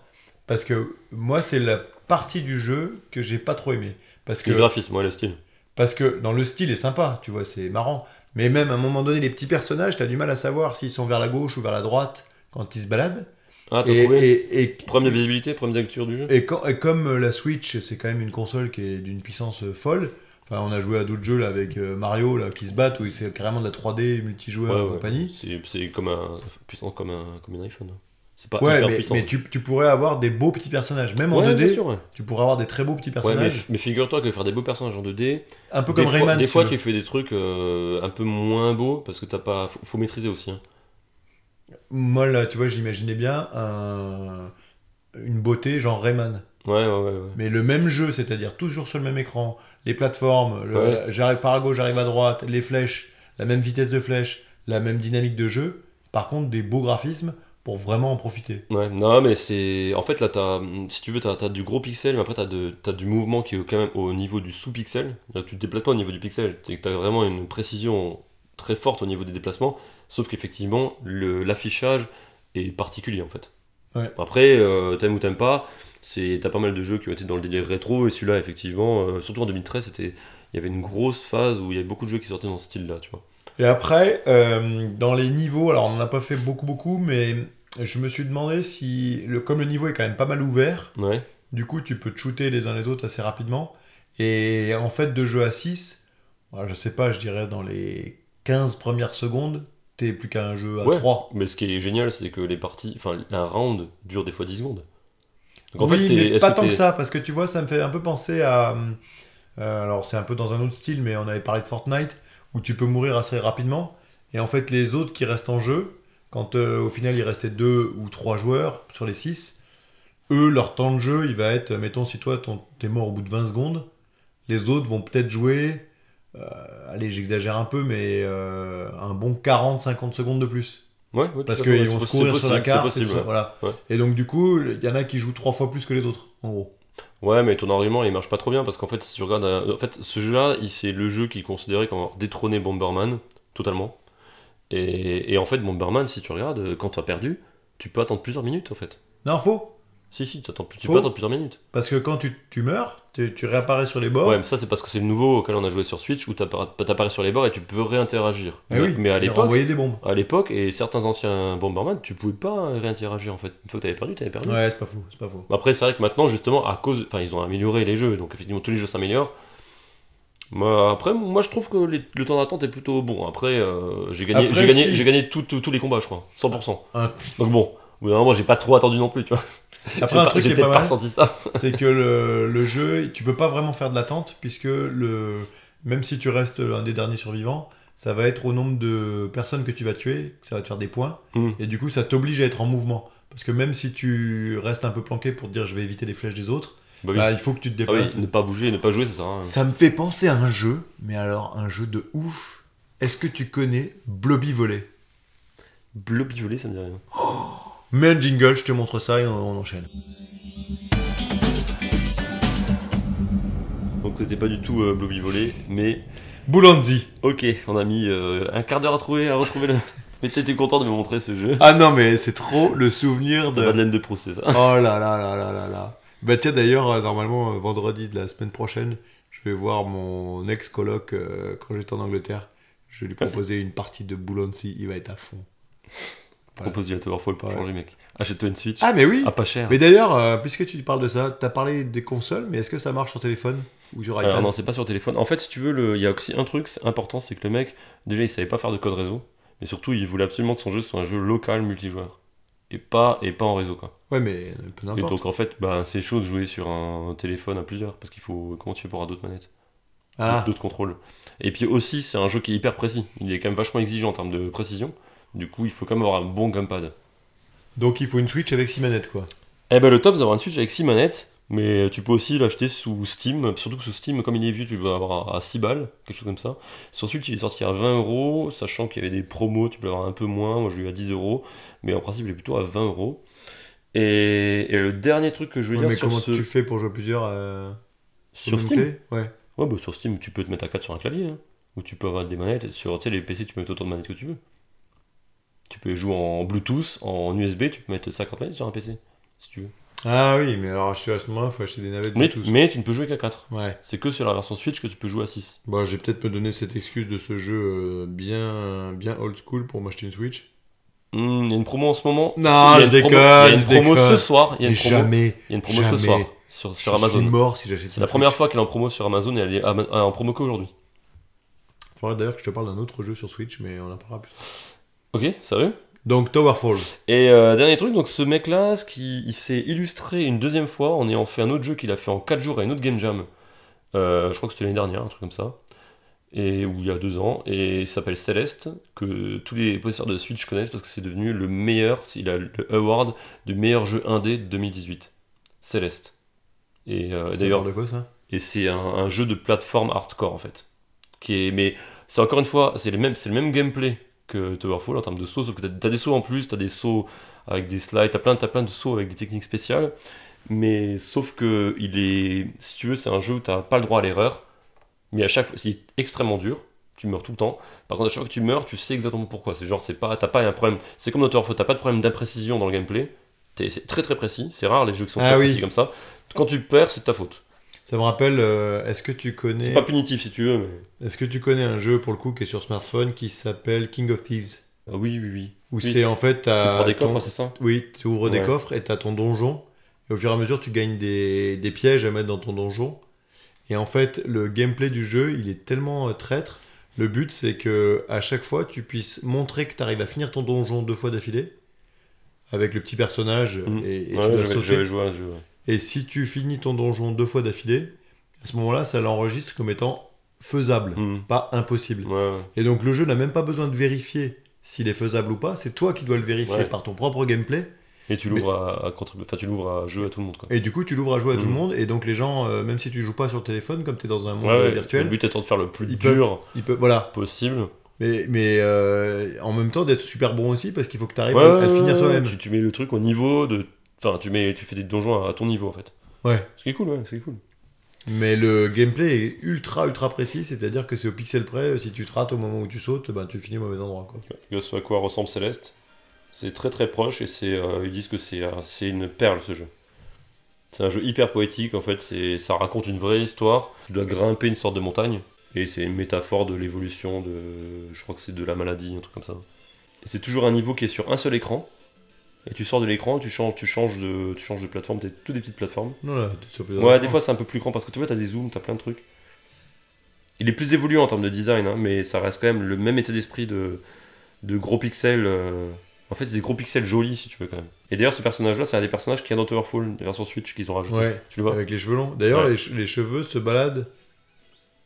S3: parce que moi c'est la partie du jeu que j'ai pas trop aimé, parce
S2: Le
S3: que,
S2: graphisme, ouais, le style.
S3: parce que dans le style est sympa, tu vois, c'est marrant, mais même à un moment donné, les petits personnages, t'as du mal à savoir s'ils sont vers la gauche ou vers la droite quand ils se baladent,
S2: Ah, t'as
S3: et,
S2: trouvé
S3: et, et,
S2: Problème de visibilité, problème de lecture du jeu
S3: et quand- et comme euh, la Switch, c'est quand même une console qui est d'une puissance euh, folle, enfin on a joué à d'autres jeux là avec euh, Mario là, qui se battent, où c'est carrément de la 3D, multijoueur
S2: Ouais,
S3: et
S2: ouais.
S3: compagnie,
S2: C'est- C'est comme un. Puissant comme un, comme un iPhone. C'est pas
S3: ouais,
S2: hyper
S3: mais,
S2: puissant.
S3: mais tu, tu pourrais avoir des beaux petits personnages, même en
S2: Ouais, bien
S3: 2D,
S2: sûr, ouais.
S3: Tu pourras avoir des très beaux petits
S2: Ouais, mais,
S3: personnages,
S2: mais figure-toi que faire des beaux personnages en 2D,
S3: un peu
S2: des
S3: comme
S2: fois,
S3: Rayman.
S2: des
S3: si
S2: fois,
S3: tu
S2: tu
S3: veux.
S2: fais des trucs euh, un peu moins beaux parce que t'as pas. Faut, faut maîtriser aussi. hein.
S3: Moi, là, tu vois, j'imaginais bien un- une beauté genre Rayman.
S2: Ouais, ouais, ouais. ouais.
S3: Mais le même jeu, c'est-à-dire toujours sur le même écran, les plateformes, le-
S2: Ouais.
S3: j'arrive par à gauche, j'arrive à droite, les flèches, la même vitesse de flèche, la même dynamique de jeu. Par contre, des beaux graphismes pour vraiment en profiter.
S2: Ouais, non, mais c'est. En fait, là, t'as, si tu veux, t'as, t'as du gros pixel, mais après, t'as, de, t'as du mouvement qui est quand même au niveau du sous-pixel. Là, Tu te déplaces pas au niveau du pixel. T'es- T'as vraiment une précision très forte au niveau des déplacements. Sauf qu'effectivement, le, l'affichage est particulier, en fait.
S3: Ouais.
S2: Après, euh, t'aimes ou t'aimes pas, c'est, t'as pas mal de jeux qui ont été dans le délire rétro, et celui-là, effectivement, euh, surtout en 2013, c'était. Il y avait une grosse phase où il y avait beaucoup de jeux qui sortaient dans ce style-là, tu vois.
S3: Et après, euh, dans les niveaux, alors on n'en a pas fait beaucoup, beaucoup, mais je me suis demandé si, le- comme le niveau est quand même pas mal ouvert,
S2: Ouais.
S3: Du coup, tu peux te shooter les uns les autres assez rapidement. Et en fait, de jeu à 6, moi, je sais pas, je dirais dans les 15 premières secondes, t'es plus qu'à un jeu à
S2: Ouais.
S3: 3.
S2: Mais ce qui est génial, c'est que les parties. Enfin, un round dure des fois 10 secondes. Donc,
S3: oui,
S2: t'es-
S3: mais
S2: est-ce
S3: pas
S2: que
S3: tant
S2: t'es-
S3: que ça, parce que tu vois, ça me fait un peu penser à. euh, alors, c'est un peu dans un autre style, mais on avait parlé de Fortnite, où tu peux mourir assez rapidement. Et en fait, les autres qui restent en jeu, quand euh, au final il restait deux ou trois joueurs sur les 6, eux, leur temps de jeu, il va être, mettons, si toi ton- t'es mort au bout de 20 secondes, les autres vont peut-être jouer, euh, allez, j'exagère un peu, mais euh, un bon 40-50 secondes de plus.
S2: Ouais, ouais, tout
S3: Parce
S2: à fait, ouais,
S3: qu'ils
S2: c'est
S3: vont se
S2: possible,
S3: courir
S2: c'est
S3: sur la
S2: possible,
S3: carte.
S2: c'est
S3: et, tout
S2: possible,
S3: ça, voilà.
S2: Ouais.
S3: et donc, du coup, il y en a qui jouent trois fois plus que les autres, en gros.
S2: ouais. Ouais, mais ton argument il marche pas trop bien parce qu'en fait, si tu regardes. euh, En fait, ce jeu-là, il- c'est le jeu qui est considéré comme avoir détrôné Bomberman totalement. Et, et en fait, Bomberman, si tu regardes, euh, quand tu as perdu, tu peux attendre plusieurs minutes en fait.
S3: Non, faux.
S2: Si, si, t'attends- tu
S3: Faux.
S2: peux attendre plusieurs minutes.
S3: Parce que quand tu, tu meurs, tu, tu réapparais sur les bords.
S2: Ouais, mais ça, c'est parce que c'est le nouveau auquel on a joué sur Switch où t'appara- t'apparais sur les bords et tu peux réinteragir.
S3: Eh
S2: mais,
S3: oui,
S2: mais
S3: ils
S2: à
S3: leur
S2: l'époque.
S3: envoyaient des bombes.
S2: À l'époque, et certains anciens Bomberman, tu pouvais pas hein, réinteragir en fait. Une fois que t'avais perdu, t'avais perdu.
S3: Ouais, c'est pas fou, c'est pas fou.
S2: Après, c'est vrai que maintenant, justement, à cause. Enfin, ils ont amélioré les jeux, donc effectivement, tous les jeux s'améliorent. Moi, après, moi, je trouve que les- le temps d'attente est plutôt bon. Après, euh, j'ai gagné,
S3: Après,
S2: j'ai gagné,
S3: si.
S2: j'ai gagné tout- tout- tous les combats, je crois, 100%.
S3: Ah.
S2: Donc bon, au bout d'un moment, j'ai pas trop attendu non plus, tu vois. J'ai
S3: Après, un
S2: pas-
S3: truc qui
S2: j'ai
S3: est pas
S2: peut-être pas
S3: mal,
S2: ressenti ça.
S3: c'est que le, le jeu, tu peux pas vraiment faire de l'attente, puisque le, même si tu restes un des derniers survivants, ça va être au nombre de personnes que tu vas tuer, ça va te faire des points,
S2: Mm.
S3: et du coup ça t'oblige à être en mouvement. Parce que même si tu restes un peu planqué pour te dire je vais éviter les flèches des autres,
S2: Bah oui.
S3: bah, il faut que tu te
S2: Ah oui,
S3: déplaces.
S2: ne pas bouger, ne pas jouer, ça hein. sert à rien.
S3: Ça me fait penser à un jeu, mais alors un jeu de ouf. Est-ce que tu connais Blobby Volley
S2: Bleu violet, ça me dit rien.
S3: Mets un jingle, je te montre ça et on, on enchaîne.
S2: Donc c'était pas du tout euh, Blobby volé, mais
S3: Boulanzi.
S2: ok, on a mis euh, un quart d'heure à trouver, à retrouver le.
S3: (laughs)
S2: Mais t'étais content de me montrer ce jeu.
S3: Ah non mais c'est trop le souvenir
S2: T'as pas
S3: de...
S2: de laine de procès, ça.
S3: Oh là là là là là là. Bah tiens d'ailleurs euh, normalement euh, vendredi de la semaine prochaine, je vais voir mon ex coloc euh, quand j'étais en Angleterre. Je vais lui proposer une partie de Boulancy, il va être à fond.
S2: Propose du Towerfall pour
S3: Ouais.
S2: changer, mec. Achète-toi une Switch.
S3: Ah mais oui.
S2: Ah, pas cher.
S3: Mais d'ailleurs, euh, puisque tu parles de ça, t'as parlé des consoles, mais est-ce que ça marche sur téléphone ou sur
S2: Alors
S3: iPad
S2: Euh, non, c'est pas sur téléphone. En fait, si tu veux, le- il y a aussi un truc c'est important, c'est que le mec, déjà, il savait pas faire de code réseau, mais surtout, il voulait absolument que son jeu soit un jeu local multijoueur et pas et pas en réseau quoi.
S3: Ouais, mais euh, peu
S2: Et
S3: n'importe.
S2: donc en fait, bah, c'est chaud de jouer sur un téléphone à plusieurs parce qu'il faut comment tu fais pour avoir d'autres manettes,
S3: Ah,
S2: d'autres contrôles. Et puis aussi, c'est un jeu qui est hyper précis. Il est quand même vachement exigeant en termes de précision. Du coup, il faut quand même avoir un bon gamepad.
S3: donc il faut une Switch avec 6 manettes quoi.
S2: Eh ben le top c'est d'avoir une Switch avec 6 manettes, mais tu peux aussi l'acheter sous Steam, surtout que sous Steam, comme il est vieux, tu peux avoir à 6 balles, quelque chose comme ça. Sur Switch, il est sorti à 20 euros, sachant qu'il y avait des promos, tu peux l'avoir un peu moins, moi je l'ai eu à 10 euros, mais en principe il est plutôt à 20 euros. Et, et le dernier truc que je veux
S3: Ouais, mais
S2: dire sur,
S3: comment
S2: ce-
S3: tu fais pour jouer plusieurs euh,
S2: sur
S3: même
S2: Steam,
S3: clé Ouais.
S2: ouais, bah, sur Steam, tu peux te mettre à 4 sur un clavier, hein, ou tu peux avoir des manettes, sur tu sais, les PC, tu peux mettre autant de manettes que tu veux. Tu peux jouer en Bluetooth, en USB, tu peux mettre 50 manettes sur un PC, si tu veux.
S3: Ah oui, mais alors acheter à ce moment-là, faut acheter des navettes
S2: Mais,
S3: Bluetooth.
S2: mais tu ne peux jouer qu'à 4.
S3: Ouais.
S2: C'est que sur la version Switch que tu peux jouer à 6.
S3: Bon, je vais peut-être me donner cette excuse de ce jeu euh, bien, bien old school pour m'acheter une Switch.
S2: Hmm, Il y a une promo en ce moment.
S3: Non,
S2: Si, il y a
S3: je
S2: une promo-
S3: déconne,
S2: Il y a une
S3: je
S2: promo
S3: déconne.
S2: ce soir. Il y a
S3: Mais
S2: une promo,
S3: jamais.
S2: il y a une promo ce
S3: jamais.
S2: soir sur, sur
S3: Je suis
S2: Amazon.
S3: mort si j'achète
S2: C'est la première fois qu'elle est en promo sur Amazon et elle est ama- euh, en promo qu'aujourd'hui.
S3: Il faudrait d'ailleurs que je te parle d'un autre jeu sur Switch, mais on en parlera plus. tard.
S2: Ok, sérieux
S3: Donc Towerfall.
S2: Et euh, dernier truc, donc ce mec-là, ce qui, il s'est illustré une deuxième fois en ayant fait un autre jeu qu'il a fait en 4 jours à une autre game jam. Euh, je crois que c'était l'année dernière, un truc comme ça. Et, ou il y a deux ans, et il s'appelle Celeste, que tous les possesseurs de Switch connaissent parce que c'est devenu le meilleur, il a le award du meilleur jeu indé de 2018. Celeste. Et euh,
S3: Ça
S2: d'ailleurs,
S3: parle de quoi ça
S2: et c'est un, un jeu de plateforme hardcore en fait. Qui est, mais c'est encore une fois, c'est le même, c'est le même gameplay que Towerfall en termes de sauts, sauf que t'as, t'as des sauts en plus, t'as des sauts avec des slides, t'as plein, t'as plein de sauts avec des techniques spéciales. Mais sauf que il est, si tu veux, c'est un jeu où t'as pas le droit à l'erreur, mais à chaque fois, c'est extrêmement dur. Tu meurs tout le temps. Par contre, à chaque fois que tu meurs, tu sais exactement pourquoi. C'est genre, c'est pas, t'as pas un problème. C'est comme dans Towerfall, t'as pas de problème d'imprécision dans le gameplay. T'es- c'est très très précis. C'est rare les jeux qui sont
S3: Ah
S2: très
S3: oui.
S2: précis comme ça. Quand tu perds, c'est de ta faute.
S3: Ça me rappelle, euh, est-ce que tu
S2: C'est
S3: connais
S2: pas punitif si tu veux, mais.
S3: est-ce que tu connais un jeu pour le coup qui est sur smartphone qui s'appelle King of Thieves
S2: Ah oui, oui, oui.
S3: Où
S2: Oui.
S3: c'est en fait...
S2: Tu
S3: t'as
S2: prends des
S3: ton-
S2: coffres, c'est ça
S3: Oui, tu ouvres des
S2: Ouais.
S3: coffres et tu as ton donjon. Et au fur et à mesure, tu gagnes des, des pièges à mettre dans ton donjon. Et en fait, le gameplay du jeu, il est tellement euh, traître. Le but, c'est que à chaque fois, tu puisses montrer que tu arrives à finir ton donjon deux fois d'affilée avec le petit personnage
S2: Mhm.
S3: et, et
S2: Ouais,
S3: tu vas
S2: j'avais-
S3: sauter.
S2: j'avais joué à ce jeu, ouais.
S3: Et si tu finis ton donjon deux fois d'affilée, à ce moment-là, ça l'enregistre comme étant faisable,
S2: Mhm.
S3: pas impossible.
S2: Ouais, ouais.
S3: Et donc le jeu n'a même pas besoin de vérifier s'il est faisable ou pas. C'est toi qui dois le vérifier
S2: Ouais.
S3: par ton propre gameplay.
S2: Et tu l'ouvres à, à contre- enfin, tu l'ouvres à jeu à tout le monde, quoi.
S3: Et du coup, tu l'ouvres à jouer à tout
S2: Mhm.
S3: le monde, et donc les gens, euh, même si tu joues pas sur le téléphone, comme tu es dans un monde
S2: Ouais, ouais,
S3: virtuel,
S2: Le but étant de faire le plus
S3: Ils peuvent-
S2: dur
S3: ils peuvent. Voilà.
S2: possible.
S3: Mais, mais euh, en même temps, d'être super bon aussi, parce qu'il faut que tu arrives
S2: Ouais,
S3: à, à Ah, le
S2: ouais,
S3: finir
S2: ouais,
S3: toi-même.
S2: Tu, tu mets le truc au niveau de. Enfin, tu, mets, tu fais des donjons à, à ton niveau, en fait.
S3: Ouais.
S2: Ce qui est cool, ouais, ce qui est cool.
S3: Mais le gameplay est ultra, ultra précis, c'est-à-dire que c'est au pixel près. euh, Si tu te rates au moment où tu sautes, ben, tu finis au mauvais endroit. Quoi.
S2: Tu vois ce à quoi ressemble Céleste. C'est très très proche et c'est, euh, ils disent que c'est, euh, c'est une perle ce jeu. C'est un jeu hyper poétique en fait, c'est, ça raconte une vraie histoire. Tu dois grimper une sorte de montagne et c'est une métaphore de l'évolution de. Je crois que c'est de la maladie, un truc comme ça. Et c'est toujours un niveau qui est sur un seul écran. Et tu sors de l'écran, tu changes, tu changes de, tu changes de plateforme, t'es toutes des petites plateformes.
S3: Non, là, t'es sur plusieurs
S2: Ouais,
S3: endroits.
S2: des fois c'est un peu plus grand parce que tu vois, t'as des zooms, t'as plein de trucs. Il est plus évolué en termes de design, hein, mais ça reste quand même le même état d'esprit de, de gros pixels. euh, En fait, c'est des gros pixels jolis si tu veux quand même. Et d'ailleurs, ce personnage-là, c'est un des personnages qui a dans Towerfall, version Switch qu'ils ont rajouté.
S3: Ouais,
S2: Tu le vois
S3: avec les cheveux longs. D'ailleurs,
S2: Ouais.
S3: les, che- les cheveux se baladent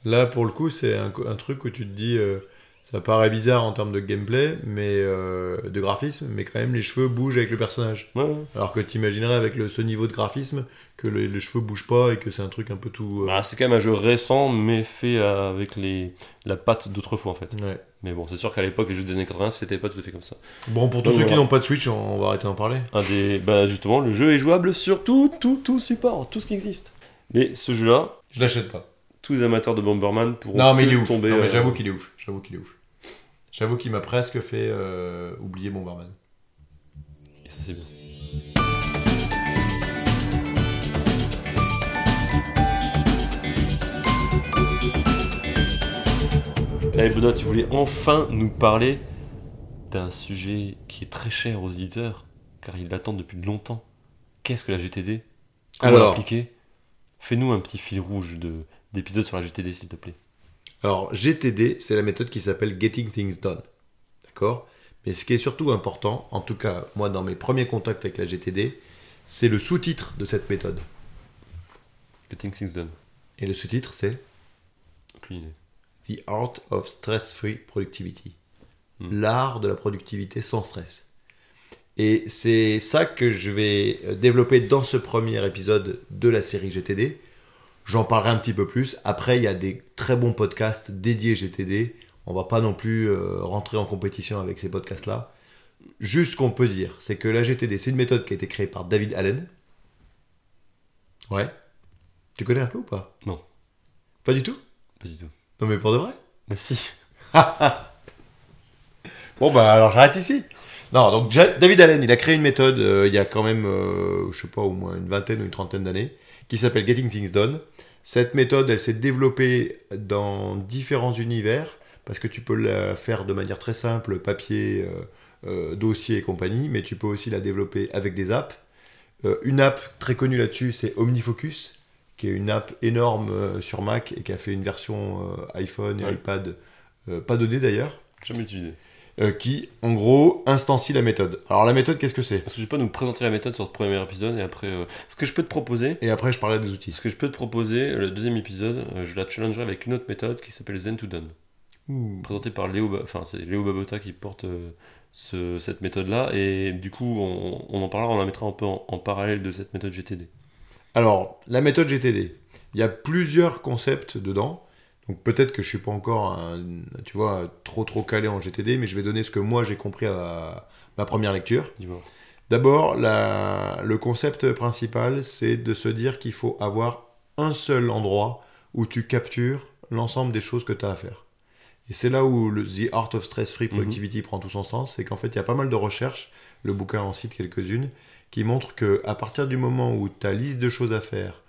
S3: Là, pour le coup, c'est un, co- un truc où tu te dis, euh, ça paraît bizarre en termes de gameplay, mais euh, de graphisme, mais quand même les cheveux bougent avec le personnage.
S2: Ouais, ouais.
S3: Alors que t'imaginerais avec le, ce niveau de graphisme que le- les cheveux bougent pas et que c'est un truc un peu tout. euh,
S2: Bah, c'est quand même un jeu récent, mais fait avec les... la patte d'autrefois en fait.
S3: ouais.
S2: Mais bon, c'est sûr qu'à l'époque, les jeux des années 80, c'était pas tout à fait comme ça.
S3: Bon, pour tous
S2: Donc,
S3: ceux qui
S2: voilà.
S3: n'ont pas de Switch, on, on va arrêter d'en parler.
S2: Un des... Bah justement, le jeu est jouable sur tout, tout, tout support, tout ce qui existe. Mais ce jeu-là,
S4: Je l'achète pas.
S2: tous les amateurs de Bomberman pourront
S4: Non, mais
S2: que
S4: il est ouf.
S2: tomber.
S4: Non, mais
S2: euh,
S4: j'avoue qu'il est ouf. J'avoue qu'il est ouf. J'avoue qu'il m'a presque fait euh, oublier Bomberman.
S2: et ça, c'est bien. Allez, Benoît, Eh, tu voulais enfin nous parler d'un sujet qui est très cher aux éditeurs, car ils l'attendent depuis longtemps. Qu'est-ce que la GTD Comment
S3: Alors.
S2: l'appliquer Fais-nous un petit fil rouge de- d'épisode sur la GTD, s'il te plaît.
S3: Alors, GTD, c'est la méthode qui s'appelle Getting Things Done. D'accord Mais ce qui est surtout important, en tout cas, moi, dans mes premiers contacts avec la GTD, c'est le sous-titre de cette méthode.
S2: Getting Things Done.
S3: Et le sous-titre, c'est
S2: Aucune idée.
S3: The Art of Stress-Free Productivity.
S2: Hmm.
S3: L'art de la productivité sans stress. Et c'est ça que je vais euh, développer dans ce premier épisode de la série GTD. J'en parlerai un petit peu plus. Après, il y a des très bons podcasts dédiés GTD. On va pas non plus euh, rentrer en compétition avec ces podcasts-là. Juste ce qu'on peut dire, c'est que la GTD, c'est une méthode qui a été créée par David Allen. Ouais. Tu connais un peu ou pas
S2: Non.
S3: Pas du tout
S2: Pas du tout.
S3: Non mais pour de vrai
S2: Mais Bah, si.
S3: Bon bah alors j'arrête ici. Non, donc Ja- David Allen, il a créé une méthode euh, il y a quand même, euh, je sais pas, au moins une vingtaine ou une trentaine d'années, qui s'appelle Getting Things Done. Cette méthode, elle s'est développée dans différents univers, parce que tu peux la faire de manière très simple, papier, euh, euh, dossier et compagnie, mais tu peux aussi la développer avec des apps. Euh, une app très connue là-dessus, c'est OmniFocus, qui est une app énorme euh, sur Mac et qui a fait une version euh, iPhone et
S2: Ouais.
S3: iPad, euh, pas donnée d'ailleurs
S2: Jamais utilisé.
S3: euh, qui, en gros, instancie la méthode. Alors la méthode, qu'est-ce que c'est
S2: Est-ce que tu peux nous présenter la méthode sur ce premier épisode et après. euh, Ce que je peux te proposer,
S3: Et après, je parlais des outils.
S2: ce que je peux te proposer, le deuxième épisode, euh, je la challengerai avec une autre méthode qui s'appelle Zen to Done. Présentée par Léo, Ba- enfin, c'est Léo Babota qui porte euh, ce- cette méthode-là et du coup, on, on en parlera, on la mettra un peu en, en parallèle de cette méthode GTD.
S3: Alors, la méthode GTD, il y a plusieurs concepts dedans. Donc peut-être que je suis pas encore, un- tu vois, trop trop calé en GTD, mais je vais donner ce que moi j'ai compris à ma première lecture.
S2: Dis-moi.
S3: D'abord, la- le concept principal, c'est de se dire qu'il faut avoir un seul endroit où tu captures l'ensemble des choses que tu as à faire. Et c'est là où le The Art of Stress Free Productivity prend tout son sens, c'est qu'en fait, il y a pas mal de recherches, le bouquin en cite quelques-unes, qui montrent que à partir du moment où ta liste de choses à faire,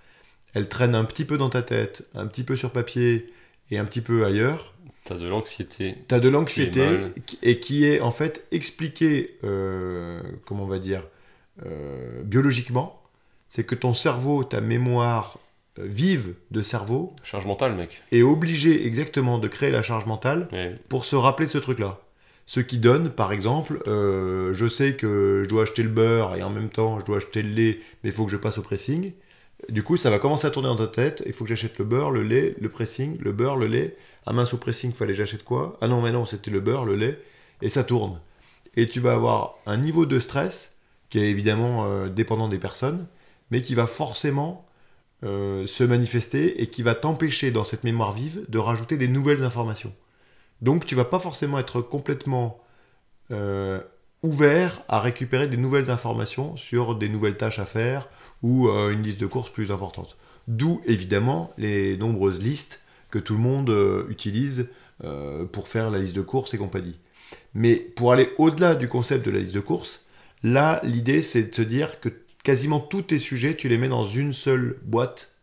S3: elle traîne un petit peu dans ta tête, un petit peu sur papier et un petit peu ailleurs,
S2: T'as de l'anxiété.
S3: T'as de l'anxiété
S2: Qui est mal.
S3: qui- et qui est en fait expliquée, euh, comment on va dire, euh, biologiquement. C'est que ton cerveau, ta mémoire euh, vive de cerveau,
S2: Charge mentale, mec.
S3: est obligée exactement de créer la charge mentale
S2: Ouais.
S3: pour se rappeler de ce truc-là. Ce qui donne, par exemple, euh, je sais que je dois acheter le beurre et en même temps je dois acheter le lait, mais il faut que je passe au pressing. Du coup, ça va commencer à tourner dans ta tête. Il faut que j'achète le beurre, le lait, le pressing, le beurre, le lait. Ah mince, au pressing, fallait que j'achète quoi Ah non, mais non, c'était le beurre, le lait. Et ça tourne. Et tu vas avoir un niveau de stress qui est évidemment euh, dépendant des personnes, mais qui va forcément euh, se manifester et qui va t'empêcher dans cette mémoire vive de rajouter des nouvelles informations. Donc tu vas pas forcément être complètement euh, ouvert à récupérer des nouvelles informations sur des nouvelles tâches à faire ou euh, une liste de courses plus importante. D'où évidemment les nombreuses listes que tout le monde euh, utilise euh, pour faire la liste de courses et compagnie. Mais pour aller au-delà du concept de la liste de courses, là l'idée c'est de se dire que quasiment tous tes sujets tu les mets dans une seule boîte,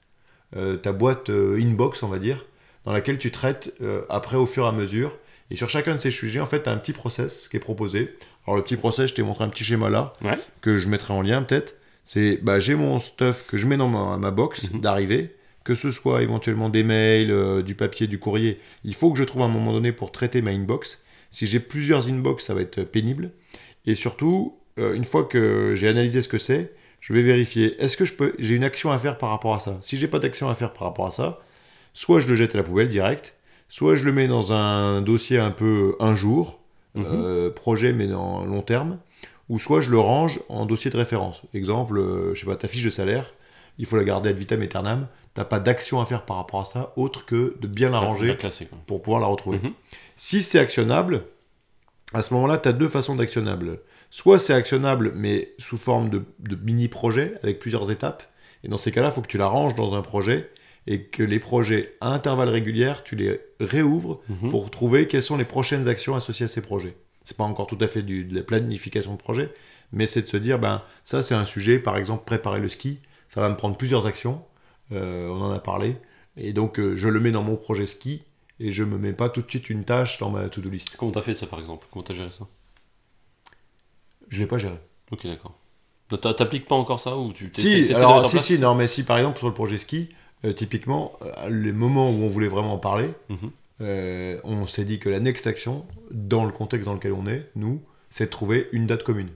S3: euh, ta boîte euh, inbox on va dire, dans laquelle tu traites euh, après au fur et à mesure. Et sur chacun de ces sujets, en fait, tu as un petit process qui est proposé. Alors, le petit process, je t'ai montré un petit schéma là,
S2: Ouais.
S3: que je mettrai en lien peut-être. C'est bah, j'ai mon stuff que je mets dans ma, ma box
S2: Mhm.
S3: d'arrivée, que ce soit éventuellement des mails, euh, du papier, du courrier. Il faut que je trouve un moment donné pour traiter ma inbox. Si j'ai plusieurs inbox, ça va être pénible. Et surtout, euh, une fois que j'ai analysé ce que c'est, je vais vérifier est-ce que je peux j'ai une action à faire par rapport à ça. Si j'ai pas d'action à faire par rapport à ça, Soit je le jette à la poubelle direct, soit je le mets dans un dossier un peu un jour,
S2: Mhm.
S3: euh, projet mais dans long terme, ou soit je le range en dossier de référence. Exemple, euh, je sais pas, ta fiche de salaire, il faut la garder ad vitam aeternam, t'as pas d'action à faire par rapport à ça, autre que de bien la
S2: La-
S3: ranger
S2: la classer, quoi.
S3: pour pouvoir la retrouver.
S2: Mhm.
S3: Si c'est actionnable, à ce moment-là, tu as deux façons d'actionnable. Soit c'est actionnable, mais sous forme de, de mini-projet, avec plusieurs étapes. Et dans ces cas-là, il faut que tu la ranges dans un projet et que les projets à intervalles réguliers, tu les réouvres
S2: Mhm.
S3: pour trouver quelles sont les prochaines actions associées à ces projets. C'est pas encore tout à fait du- de la planification de projet, mais c'est de se dire, ben ça c'est un sujet, par exemple préparer le ski, ça va me prendre plusieurs actions, euh, on en a parlé, et donc euh, je le mets dans mon projet ski et je me mets pas tout de suite une tâche dans ma to-do list.
S2: Comment t'as fait ça par exemple Comment t'as géré ça
S3: Je l'ai pas géré.
S2: Ok, d'accord. Donc, t'a- T'appliques pas encore ça ou tu t'essaies-
S3: Si,
S2: t'essaies de
S3: alors,
S2: mettre en
S3: si,
S2: place
S3: si, non, mais si par exemple sur le projet ski, euh, typiquement, euh, les moments où on voulait vraiment en parler,
S2: Mhm.
S3: euh, on s'est dit que la next action, dans le contexte dans lequel on est, nous, c'est de trouver une date commune.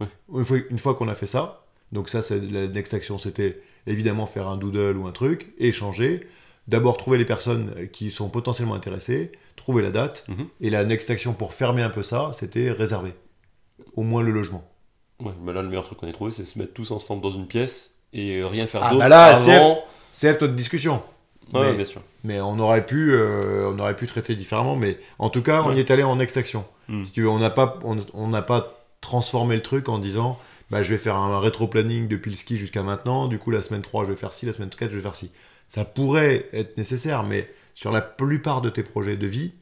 S2: Ouais.
S3: Une fois, une fois qu'on a fait ça, donc ça, c'est la next action, c'était évidemment faire un doodle ou un truc, échanger, d'abord trouver les personnes qui sont potentiellement intéressées, trouver la date,
S2: Mhm.
S3: et la next action pour fermer un peu ça, c'était réserver au moins le logement.
S2: Ouais, mais là le meilleur truc qu'on ait trouvé c'est se mettre tous ensemble dans une pièce et euh, rien faire
S3: Ah,
S2: d'autre
S3: bah là,
S2: avant.
S3: C'est notre discussion.
S2: Ouais,
S3: Mais-
S2: bien sûr.
S3: Mais on aurait pu, euh, on aurait pu traiter différemment. Mais en tout cas, on
S2: Ouais.
S3: y est allé en extraction.
S2: Mm.
S3: Si tu veux, on n'a pas, on on n'a pas transformé le truc en disant, bah, je vais faire un rétro-planning depuis le ski jusqu'à maintenant. Du coup, la semaine 3, je vais faire ci, la semaine 4, je vais faire ci. Ça pourrait être nécessaire, mais sur la plupart de tes projets de vie,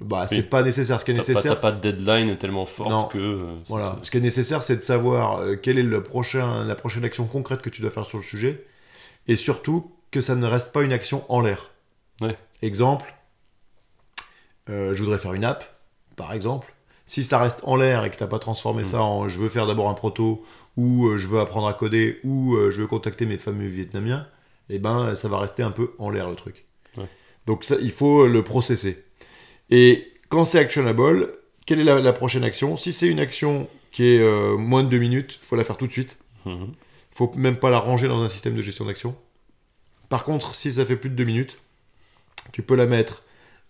S3: bah, c'est pas nécessaire. Ce qui est
S2: T'as pas,
S3: nécessaire,
S2: t'as pas de deadline tellement forte
S3: Non.
S2: que. euh, ça
S3: voilà.
S2: te-
S3: Ce qui est nécessaire, c'est de savoir euh, quelle est le prochain, la prochaine action concrète que tu dois faire sur le sujet, et surtout que ça ne reste pas une action en l'air.
S2: Ouais.
S3: Exemple, euh, je voudrais faire une app, par exemple. Si ça reste en l'air et que t'as pas transformé
S2: Mm.
S3: ça en je veux faire d'abord un proto, ou euh, je veux apprendre à coder, ou euh, je veux contacter mes fameux Vietnamiens, et ben ça va rester un peu en l'air le truc.
S2: Ouais.
S3: Donc ça, il faut le processer. Et quand c'est actionable, quelle est la, la prochaine action Si c'est une action qui est euh, moins de deux minutes, faut la faire tout de suite.
S2: Mhm.
S3: faut même pas la ranger dans un système de gestion d'action. Par contre, si ça fait plus de deux minutes, tu peux la mettre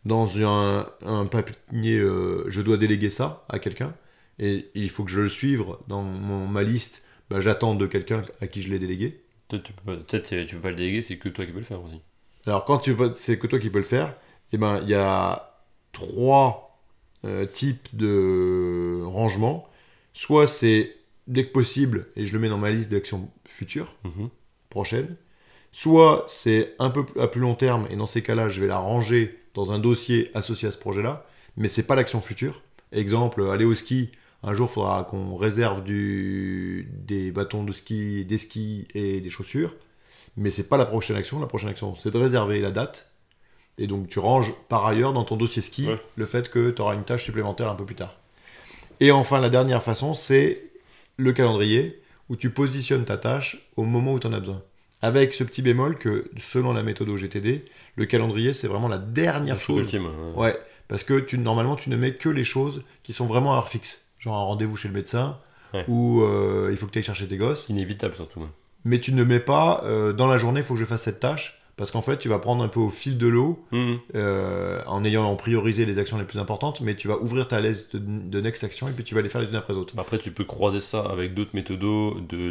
S3: dans un, un panier euh, je dois déléguer ça à quelqu'un, et il faut que je le suive dans mon, ma liste, bah, j'attends de quelqu'un à qui je l'ai délégué.
S2: Peut-être tu, peux pas- peut-être, c'est- tu peux pas le déléguer, c'est que toi qui peux le faire aussi.
S3: Alors quand tu c'est que toi qui peux le faire, eh ben il y a trois euh, types de rangements. Soit c'est dès que possible et je le mets dans ma liste d'actions futures
S2: Mhm.
S3: prochaines. Soit c'est un peu à plus long terme et dans ces cas-là je vais la ranger dans un dossier associé à ce projet-là, mais c'est pas l'action future. Exemple, aller au ski. Un jour, il faudra qu'on réserve du, des bâtons de ski, des skis et des chaussures mais c'est pas la prochaine action. La prochaine action, c'est de réserver la date. Et donc, tu ranges par ailleurs dans ton dossier ski
S2: Ouais.
S3: le fait que tu auras une tâche supplémentaire un peu plus tard. Et enfin, la dernière façon, c'est le calendrier où tu positionnes ta tâche au moment où tu en as besoin. Avec ce petit bémol que, selon la méthode OGTD, le calendrier, c'est vraiment la dernière
S2: Le
S3: chose
S2: ultime, hein. ouais.
S3: Ouais, parce que tu, normalement, tu ne mets que les choses qui sont vraiment à heure fixe. Genre un rendez-vous chez le médecin,
S2: Ouais.
S3: ou euh, il faut que tu ailles chercher tes gosses.
S2: Inévitable surtout. ouais.
S3: Mais tu ne mets pas euh, dans la journée, il faut que je fasse cette tâche. Parce qu'en fait, tu vas prendre un peu au fil de l'eau,
S2: Mhm.
S3: euh, en ayant en priorisé les actions les plus importantes, mais tu vas ouvrir ta liste de, de next action et puis tu vas les faire les unes après les autres.
S2: Bah Après, tu peux croiser ça avec d'autres méthodos de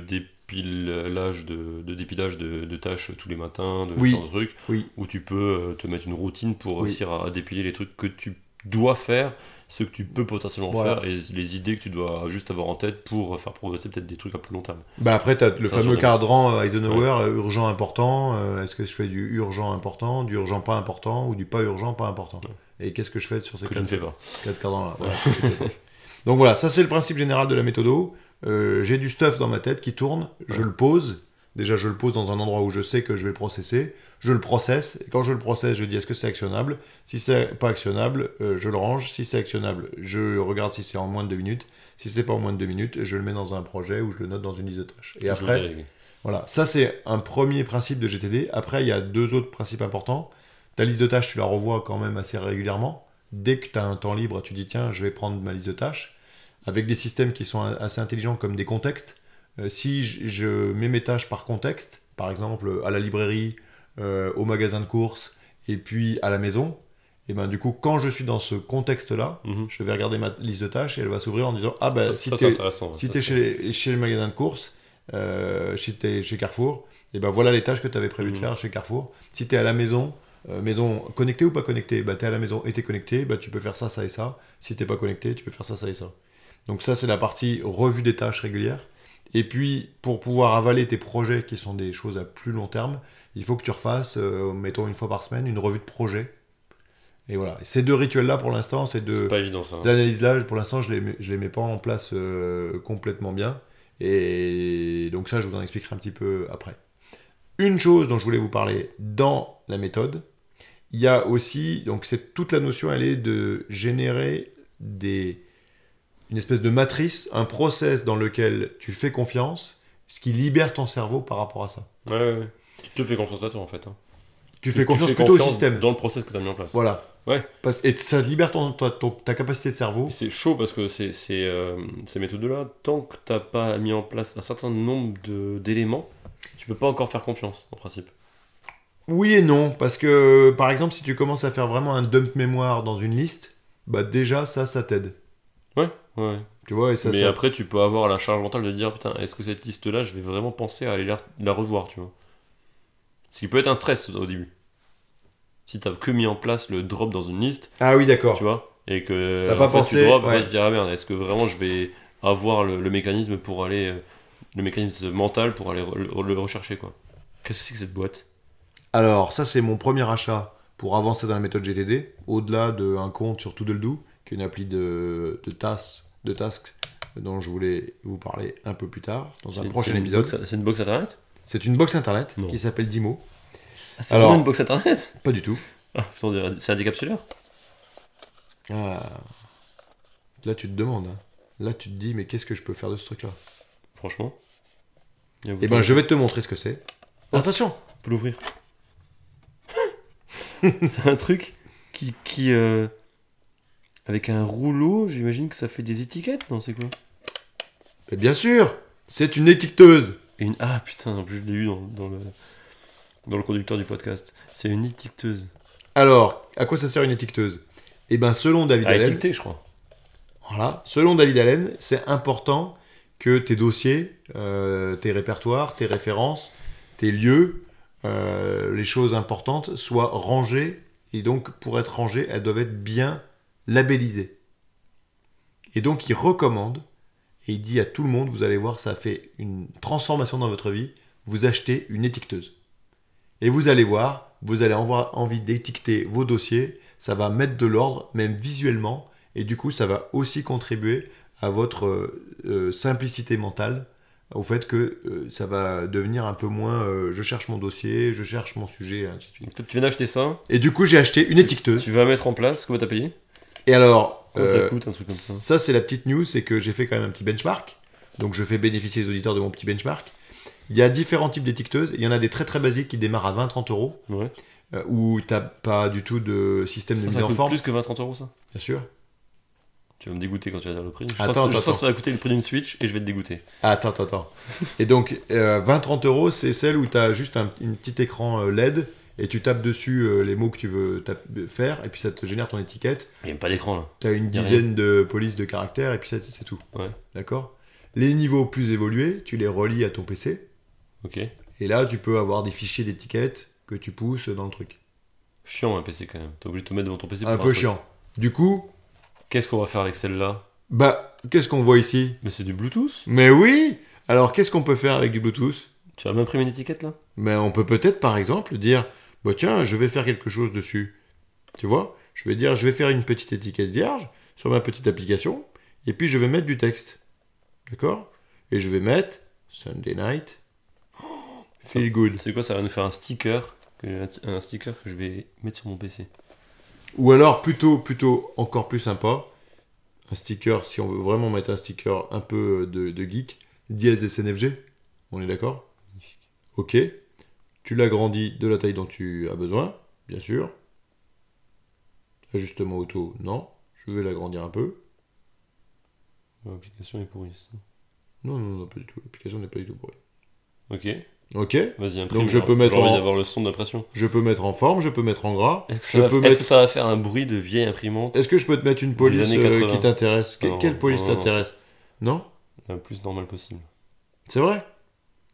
S2: dépilage de, de dépilage de, de tâches tous les matins, de
S3: Oui.
S2: ce genre de trucs,
S3: Oui.
S2: où tu peux euh, te mettre une routine pour
S3: Oui.
S2: réussir à, à dépiler les trucs que tu dois faire, ce que tu peux potentiellement
S3: Voilà.
S2: faire et les idées que tu dois juste avoir en tête pour euh, faire progresser peut-être des trucs à plus long terme.
S3: Bah après, tu as le
S2: Dans
S3: fameux
S2: le
S3: cadran euh, Eisenhower, euh, urgent important. euh, Est-ce que je fais du urgent important, du urgent pas important ou du pas urgent pas important Et qu'est-ce que je fais sur ces
S2: Que tu
S3: quatre
S2: ne fais pas.
S3: quatre cadrans là. Voilà, c'est tout. Donc voilà, ça c'est le principe général de la méthodo. Euh, j'ai du stuff dans ma tête qui tourne, je le pose. Déjà, je le pose dans un endroit où je sais que je vais processer. Je le processe. Et quand je le processe, je dis est-ce que c'est actionnable Si c'est pas actionnable, euh, je le range. Si c'est actionnable, je regarde si c'est en moins de deux minutes. Si c'est pas en moins de deux minutes, je le mets dans un projet ou je le note dans une liste de tâches. Et
S2: Je
S3: après,
S2: le délègue.
S3: voilà, ça c'est un premier principe de GTD. Après, il y a deux autres principes importants. Ta liste de tâches, tu la revois quand même assez régulièrement. Dès que tu as un temps libre, tu dis tiens, je vais prendre ma liste de tâches. Avec des systèmes qui sont assez intelligents comme des contextes. Euh, si je, je mets mes tâches par contexte, par exemple euh, à la librairie, euh, au magasin de courses et puis à la maison, et ben du coup, quand je suis dans ce contexte-là,
S2: Mhm.
S3: je vais regarder ma liste de tâches et elle va s'ouvrir en disant Ah, bah,
S2: Ça,
S3: si
S2: ça, c'est
S3: t'es
S2: intéressant. ouais.
S3: si
S2: Ça,
S3: t'es
S2: c'est-
S3: chez, les- chez le magasin de courses, euh, si t'es chez Carrefour, et ben voilà les tâches que t'avais prévu de
S2: Mhm.
S3: faire chez Carrefour. Si t'es à la maison, euh, maison connectée ou pas connectée, bah t'es à la maison et t'es connecté, bah tu peux faire ça, ça et ça. Si t'es pas connecté, tu peux faire ça, ça et ça. Donc ça c'est la partie revue des tâches régulières. Et puis pour pouvoir avaler tes projets qui sont des choses à plus long terme, il faut que tu refasses, euh, mettons une fois par semaine, une revue de projet. Et voilà. Ces deux rituels-là pour l'instant, c'est de
S2: C'est pas évident ça.
S3: ces analyses-là, pour l'instant, je ne les mets pas en place euh, complètement bien. Et donc ça, je vous en expliquerai un petit peu après. Une chose dont je voulais vous parler dans la méthode, il y a aussi, donc c'est toute la notion, elle est de générer des, une espèce de matrice, un process dans lequel tu fais confiance, ce qui libère ton cerveau par rapport à ça.
S2: Ouais, ouais, ouais. Tu te fais confiance à toi en fait. hein.
S3: Tu fais confiance plutôt au système.
S2: Dans le process que tu as mis en place.
S3: Voilà.
S2: Ouais.
S3: Parce- et ça libère ton, ta- ton- ta capacité de cerveau.
S2: C'est chaud parce que c'est- c'est, euh, ces méthodes-là, tant que t'as pas mis en place un certain nombre de- d'éléments, tu peux pas encore faire confiance en principe.
S3: Oui et non, parce que par exemple, si tu commences à faire vraiment un dump mémoire dans une liste, bah déjà ça, ça t'aide.
S2: Ouais, ouais.
S3: Tu vois, et ça,
S2: Mais
S3: ça-
S2: après, tu peux avoir la charge mentale de dire putain, est-ce que cette liste-là, je vais vraiment penser à aller la, la revoir, tu vois Ce qui peut être un stress au début. Si t'as que mis en place le drop dans une liste,
S3: Ah oui, d'accord.
S2: tu vois, et que
S3: T'as pas
S2: après,
S3: pensé,
S2: tu drops, après,
S3: ouais.
S2: tu te dis ah merde, est-ce que vraiment je vais avoir le, le mécanisme pour aller, euh, le mécanisme mental pour aller re- le, le rechercher quoi Qu'est-ce que c'est que cette boîte
S3: Alors, ça, c'est mon premier achat pour avancer dans la méthode GTD, au-delà d'un compte sur Toodledoo, qui est une appli de, de, tas- de tasks dont je voulais vous parler un peu plus tard, dans un
S2: C'est-
S3: prochain
S2: c'est une
S3: épisode.
S2: box- C'est une box internet
S3: C'est une box internet
S2: Non.
S3: qui s'appelle Dimo.
S2: Ah, C'est
S3: Alors-
S2: vraiment une box internet
S3: Pas du tout.
S2: Ah, putain, on dirait- C'est un décapsuleur
S3: Ah. Là, tu te demandes. hein. Là, tu te dis, mais qu'est-ce que je peux faire de ce truc-là
S2: Franchement. Il y a un
S3: Eh
S2: bouton.
S3: ben, je vais te montrer ce que c'est.
S2: Oh.
S3: Attention
S2: On peut l'ouvrir. (laughs) c'est un truc qui. qui euh, Avec un rouleau, j'imagine que ça fait des étiquettes, non C'est quoi
S3: Mais bien sûr, c'est une étiqueteuse.
S2: Et une... Ah putain, en plus je l'ai eu dans, dans le. Dans le conducteur du podcast. C'est une étiqueteuse.
S3: Alors, à quoi ça sert une étiqueteuse Eh bien, selon David
S2: À
S3: Allen,
S2: étiqueter, je crois.
S3: voilà, selon David Allen, c'est important que tes dossiers, euh, tes répertoires, tes références, tes lieux, euh, les choses importantes soient rangées. Et donc, pour être rangées, elles doivent être bien labellisées. Et donc, il recommande et il dit à tout le monde, vous allez voir, ça fait une transformation dans votre vie. Vous achetez une étiqueteuse. Et vous allez voir, vous allez avoir envie d'étiqueter vos dossiers. Ça va mettre de l'ordre, même visuellement. Et du coup, ça va aussi contribuer à votre euh, euh, simplicité mentale, au fait que euh, ça va devenir un peu moins euh, je cherche mon dossier, je cherche mon sujet, et ainsi de suite.
S2: Donc, toi, tu viens d'acheter ça,
S3: Et du coup, j'ai acheté une étiqueteuse.
S2: tu vas mettre en place, comment t'as payé
S3: Et alors,
S2: Comment Oh, ça
S3: euh,
S2: coûte, un truc comme ça
S3: ça, c'est la petite news, c'est que j'ai fait quand même un petit benchmark. Donc, je fais bénéficier les auditeurs de mon petit benchmark. Il y a différents types d'étiqueteuses. Il y en a des très très basiques qui démarrent à 20-30 euros,
S2: Ouais.
S3: euh, où t'as pas du tout de système
S2: Ça,
S3: de
S2: ça
S3: mise en
S2: coûte
S3: forme,
S2: plus que 20-30 euros, ça
S3: bien sûr.
S2: Tu vas me dégoûter quand tu vas dire le prix. Je
S3: Attends,
S2: sens, que- je
S3: attends.
S2: sens que ça va coûter le prix d'une Switch et je vais te dégoûter.
S3: Ah, Attends, attends, attends. Et donc, euh, 20-30 euros, c'est celle où tu as juste un une petit écran euh, LED et tu tapes dessus euh, les mots que tu veux tape- faire et puis ça te génère ton étiquette.
S2: Il n'y a pas d'écran là.
S3: Tu as une
S2: Y a
S3: dizaine de polices de caractères et puis ça, c'est tout.
S2: Ouais.
S3: D'accord Les niveaux plus évolués, tu les relis à ton PC
S2: Ok.
S3: et là, tu peux avoir des fichiers d'étiquettes que tu pousses dans le truc.
S2: Chiant un PC quand même. T'es obligé de te mettre devant ton PC pour
S3: Un
S2: faire
S3: peu
S2: truc.
S3: chiant. Du coup,
S2: Qu'est-ce qu'on va faire avec celle-là
S3: bah, qu'est-ce qu'on voit ici
S2: Mais c'est du Bluetooth
S3: Mais oui Alors, qu'est-ce qu'on peut faire avec du Bluetooth
S2: Tu vas m'imprimer une étiquette là
S3: Mais on peut peut-être, par exemple, dire bah tiens, je vais faire quelque chose dessus. Tu vois Je vais dire je vais faire une petite étiquette vierge sur ma petite application et puis je vais mettre du texte. D'accord Et je vais mettre Sunday night. Feel good.
S2: C'est quoi Ça va nous faire un sticker. que- Un sticker que je vais mettre sur mon PC.
S3: Ou alors plutôt plutôt encore plus sympa, un sticker si on veut vraiment mettre un sticker un peu euh, de, de geek, dièse SNFG. On est d'accord OK. Tu l'agrandis de la taille dont tu as besoin, bien sûr. Ajustement auto, non. Je vais l'agrandir un peu.
S2: L'application est pourrie. ça.
S3: Non, non, non, pas du tout. L'application n'est pas du tout pourrie.
S2: Ok,
S3: Ok
S2: vas-y, imprime.
S3: je peux
S2: hein.
S3: mettre
S2: J'ai envie
S3: en-
S2: d'avoir le son d'impression.
S3: Je peux mettre en forme, je peux mettre en gras.
S2: Est-ce que, ça
S3: Je
S2: va-
S3: peux
S2: est-ce
S3: mettre-
S2: que ça va faire un bruit de vieille imprimante
S3: Est-ce que je peux te mettre une police
S2: années
S3: euh,
S2: 80.
S3: qui t'intéresse Que-
S2: Non,
S3: Quelle police
S2: non, non,
S3: t'intéresse Non
S2: la plus normale possible
S3: C'est vrai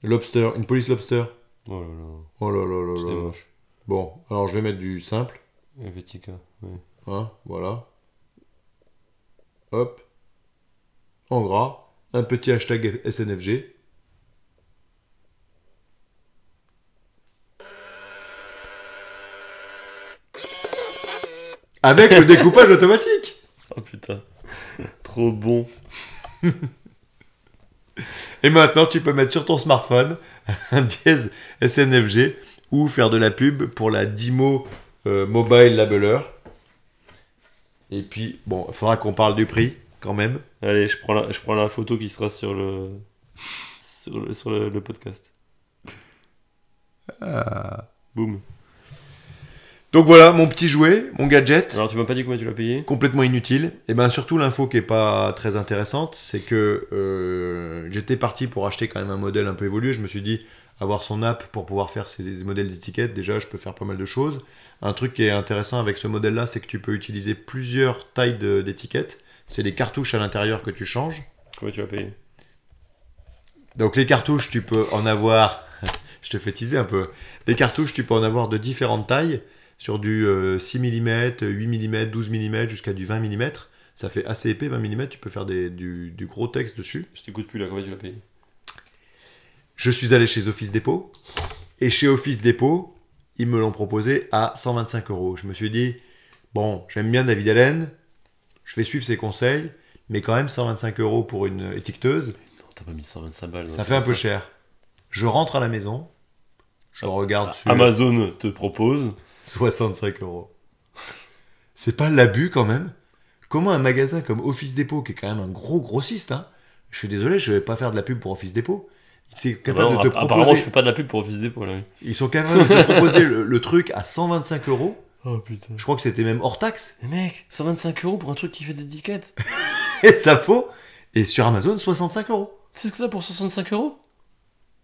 S3: Lobster, une police lobster.
S2: Oh là là,
S3: Oh là là là
S2: c'était
S3: là.
S2: moche.
S3: Bon, alors je vais mettre du simple.
S2: Helvetica, ouais.
S3: Hein, voilà. Hop. En gras. Un petit hashtag SNFG. Avec le découpage automatique
S2: Oh putain, (laughs) trop bon.
S3: Et maintenant, tu peux mettre sur ton smartphone (laughs) un dièse SNFG ou faire de la pub pour la Dimo euh, Mobile Labeler. Et puis, bon, il faudra qu'on parle du prix quand même.
S2: Allez, je prends, la, je prends la photo qui sera sur le, sur le, sur le, le podcast. Boum.
S3: Donc voilà, mon petit jouet, mon gadget,
S2: Alors, tu m'as pas dit combien tu l'as payé
S3: complètement inutile. Et bien surtout, l'info qui est pas très intéressante, c'est que euh, j'étais parti pour acheter quand même un modèle un peu évolué. Je me suis dit, avoir son app pour pouvoir faire ses modèles d'étiquettes, déjà, je peux faire pas mal de choses. Un truc qui est intéressant avec ce modèle-là, c'est que tu peux utiliser plusieurs tailles de- d'étiquettes. C'est les cartouches à l'intérieur que tu changes.
S2: Combien tu l'as payé
S3: Donc les cartouches, tu peux en avoir. (laughs) Je te fais teaser un peu. Les cartouches, tu peux en avoir de différentes tailles, sur du euh, 6 mm, 8 mm, 12 mm, jusqu'à du 20 mm. Ça fait assez épais, 20 mm, tu peux faire des- du, du gros texte dessus.
S2: Je t'écoute plus là, combien tu l'as payé
S3: Je suis allé chez Office Depot, et chez Office Depot, ils me l'ont proposé à 125 euros. Je me suis dit, bon, j'aime bien David Allen, je vais suivre ses conseils, mais quand même 125 euros pour une étiqueteuse,
S2: Non, t'as pas mis 125 balles.
S3: ça fait un peu cher. Je rentre à la maison, je regarde sur...
S2: Ah, Bah, Amazon te propose.
S3: 65 euros. C'est pas l'abus quand même Comment un magasin comme Office Depot, qui est quand même un gros grossiste, hein, je suis désolé, je vais pas faire de la pub pour Office Depot. Ils sont capables
S2: Alors,
S3: de te
S2: Bah app- apparemment, je
S3: proposer,
S2: fais pas de la pub pour Office Depot là. oui.
S3: ils sont capables de te proposer le, le truc à 125 euros.
S2: Oh putain.
S3: Je crois que c'était même hors taxe. (laughs)
S2: Mais mec, 125 euros pour un truc qui fait des étiquettes. tu
S3: Et ça faut. Et sur Amazon, 65 euros.
S2: sais ce que ça pour 65 euros